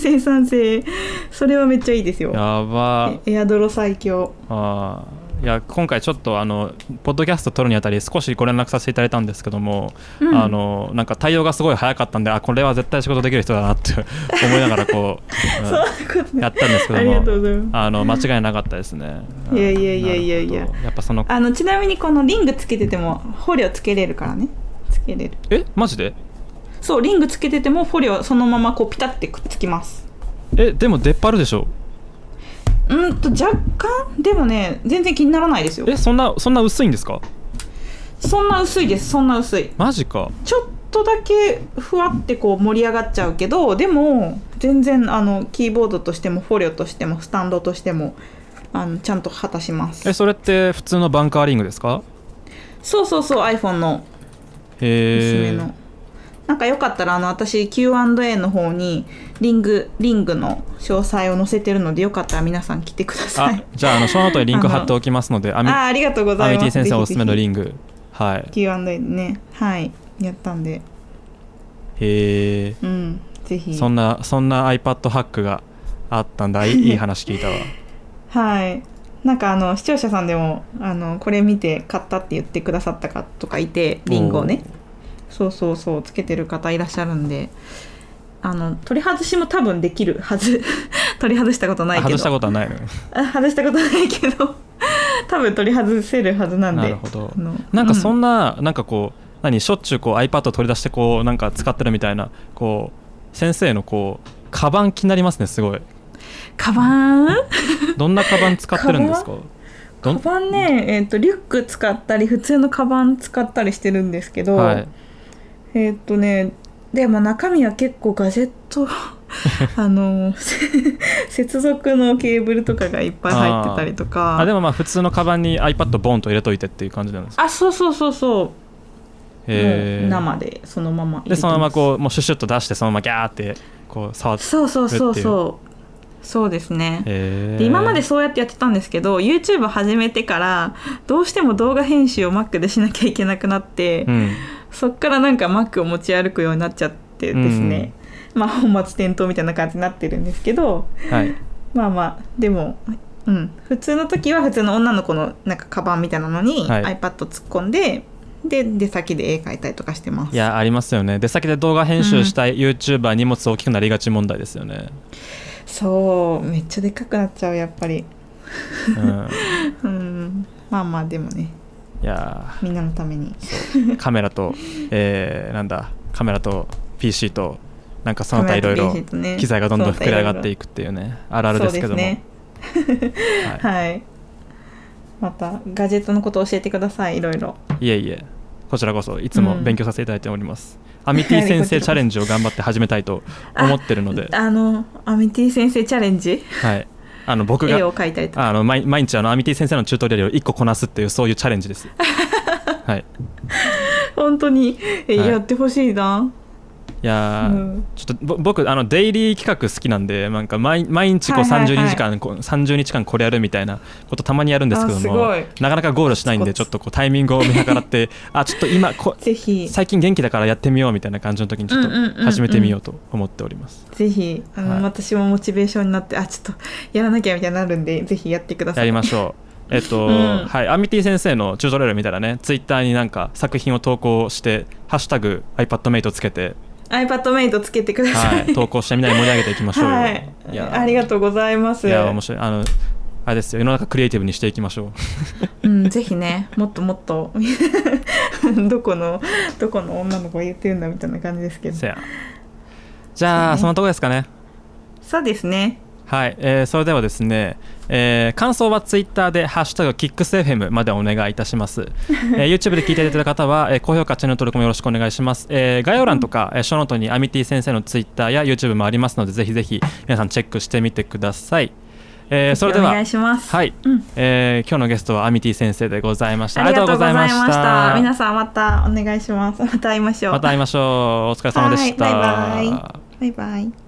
生産性それはめっちゃいいですよ
やばー
エアドロ最強
あーいや今回ちょっとあのポッドキャスト撮るにあたり少しご連絡させていただいたんですけども、
うん
あのなんか対応がすごい早かったんであこれは絶対仕事できる人だなって 思いながらこう、うん
そういうことね
やったんですけども
ありがとうございます
あの間違いなかったですね
いやいやいやいやい
な
や
るほどやっぱその
あのちなみにこのリングつけててもフォリオつけれるからねつけれる
えマジで
そうリングつけててもフォリオそのままこうピタってくっつきます
えでも出っ張るでしょ
うんと若干でもね全然気にならないですよ
えそんなそんな薄いんですか
そんな薄いですそんな薄い
マジか
ちょっとだけふわってこう盛り上がっちゃうけどでも全然あのキーボードとしてもフォリオとしてもスタンドとしてもあのちゃんと果たします
えそれって普通のバンカーリングですか
そうそうそう iPhone のおすすめ
へえ
のなんかよかったらあの私 Q&A の方にリングリングの詳細を載せてるのでよかったら皆さん来てくださ
あ
い
じゃああのショーノートにリンク貼っておきますのでア
あ
ミ
あありがとうござ
ア
い
ミ
ま
テ
す
ィ先生おすすめの
ぜ
リングはい
ひぜひ Q&A ねはいやったんで
へえ
うんぜひ
そんなそんな iPad ハックがあったんだいい いい話聞いたわ
はいなんかあの視聴者さんでもあのこれ見て買ったって言ってくださった方とかいてリンゴをねそうそうそうつけてる方いらっしゃるんであの取り外しも多分できるはず 取り外したことないけど
外したことはないの
あ外したことないけど 多分取り外せるはずなんで
なるほど
あの
なんかそ
うん
な、なんかこう何しょっちゅうこう iPad を取り出してこうなんか使ってるみたいなこう先生のこうカバン気になりますねすごい
カバン
どんなカバン使ってるんですかど
カ
ん
バンね、えー、とリュック使ったり普通のカバン使ったりしてるんですけど、
はい
えーっとねでも中身は結構ガジェッ トあのせ接続のケーブルとかがいっぱい入ってたりとか
あでもまあ普通のカバンに iPad ボンと入れといてっていう感じなんですか
あそうそうそうそう、
へ
もう
ー
生でそのまま入れて
で
ます
そのままこうもうシュッシュッと出してそのままギャーってこう触って
そうそうそう
やる
そうそうですね
へー
で今までそうやってやってたんですけど YouTube 始めてからどうしても動画編集を Mac でしなきゃいけなくなって、
うん
そっからなんか Mac を持ち歩くようになっちゃってですね、まあ本末転倒みたいな感じになってるんですけど
はい
まあまあでも、うん、普通の時は普通の女の子のなんかカバンみたいなのに
はい
iPad 突っ込んで、で出先で絵描いたりとかしてます
いやありますよね出先で動画編集したい YouTuber 荷物大きくなりがち問題ですよね、
そうめっちゃでっかくなっちゃうやっぱり
うん、
うんまあまあでもね
いや
みんなのために
ーカメラと、えーなんだカメラと PC となんかその他いろいろ機材がどんどん膨れ上がってい
く
くっていうねあるあるですけども、は
はいまたガジェットのことを教えてくださいいろいろ
い、いえいえこちらこそいつも勉強させていただいております、アミティ先生チャレンジを頑張って始めたいと思ってるの で
あのアミティ先生チャレンジ
はいあの僕
絵
が
を描いたりとか
あの毎毎日あのアミティ先生のチュートリアルを1個こなすっていうそういうチャレンジですはい
本当にえ
はい
やってほしいな、
いやー、
うん
ちょっとぼ僕あのデイリー企画好きなんでなんか毎毎日こう
はいはいはい
30日間、こう30日間これやるみたいなことたまにやるんですけど
あす
も
ごい
なかなかゴールしないんでちょっとこうタイミングを見計らってあちょっと今 こ
ぜひ
最近元気だからやってみようみたいな感じの時にちょっと
うんうんうんうん
始めてみようと思っております、
ぜひあの、
はい
私もモチベーションになってあちょっとやらなきゃみたいになるんでぜひやってくださ
や
い
りましょうえっと、
うん
はいアミティ先生のチュートリアル見たらねツイッターになんか作品を投稿して「ハッシュタグ #iPadMate」つけて、
iPad メイトつけてくださ、
はい い、投稿してみんなで盛り上げていきましょうよ、
はい
いやー
ありがとうございます
いや面白いあのあれですよ世の中クリエイティブにしていきましょう
うん、ぜひねもっともっと どこのどこの女の子が言ってるんだみたいな感じですけど
せやじゃあそ,、
そ
ん
うね
なとこですかね
そうですね
はい、えーそれではですね、えー感想はツイッターで「ハッシュタグキックス FM」までお願いいたします、 えー YouTube で聞いていただいた方は、えー高評価チャンネル登録もよろしくお願いします、えー概要欄とか、えー、ショーノートにアミティ先生のツイッターや YouTube もありますのでぜひぜひ皆さんチェックしてみてください、えーそれで
お
は
願いします、
はい、
うん
えー今日のゲストはアミティ先生でございました
ありがとうございました
ありがとうございま
皆さんまたお願いしますまた会いましょう
また会いましょう。お疲れ様でした。
はいバイバイバイバイ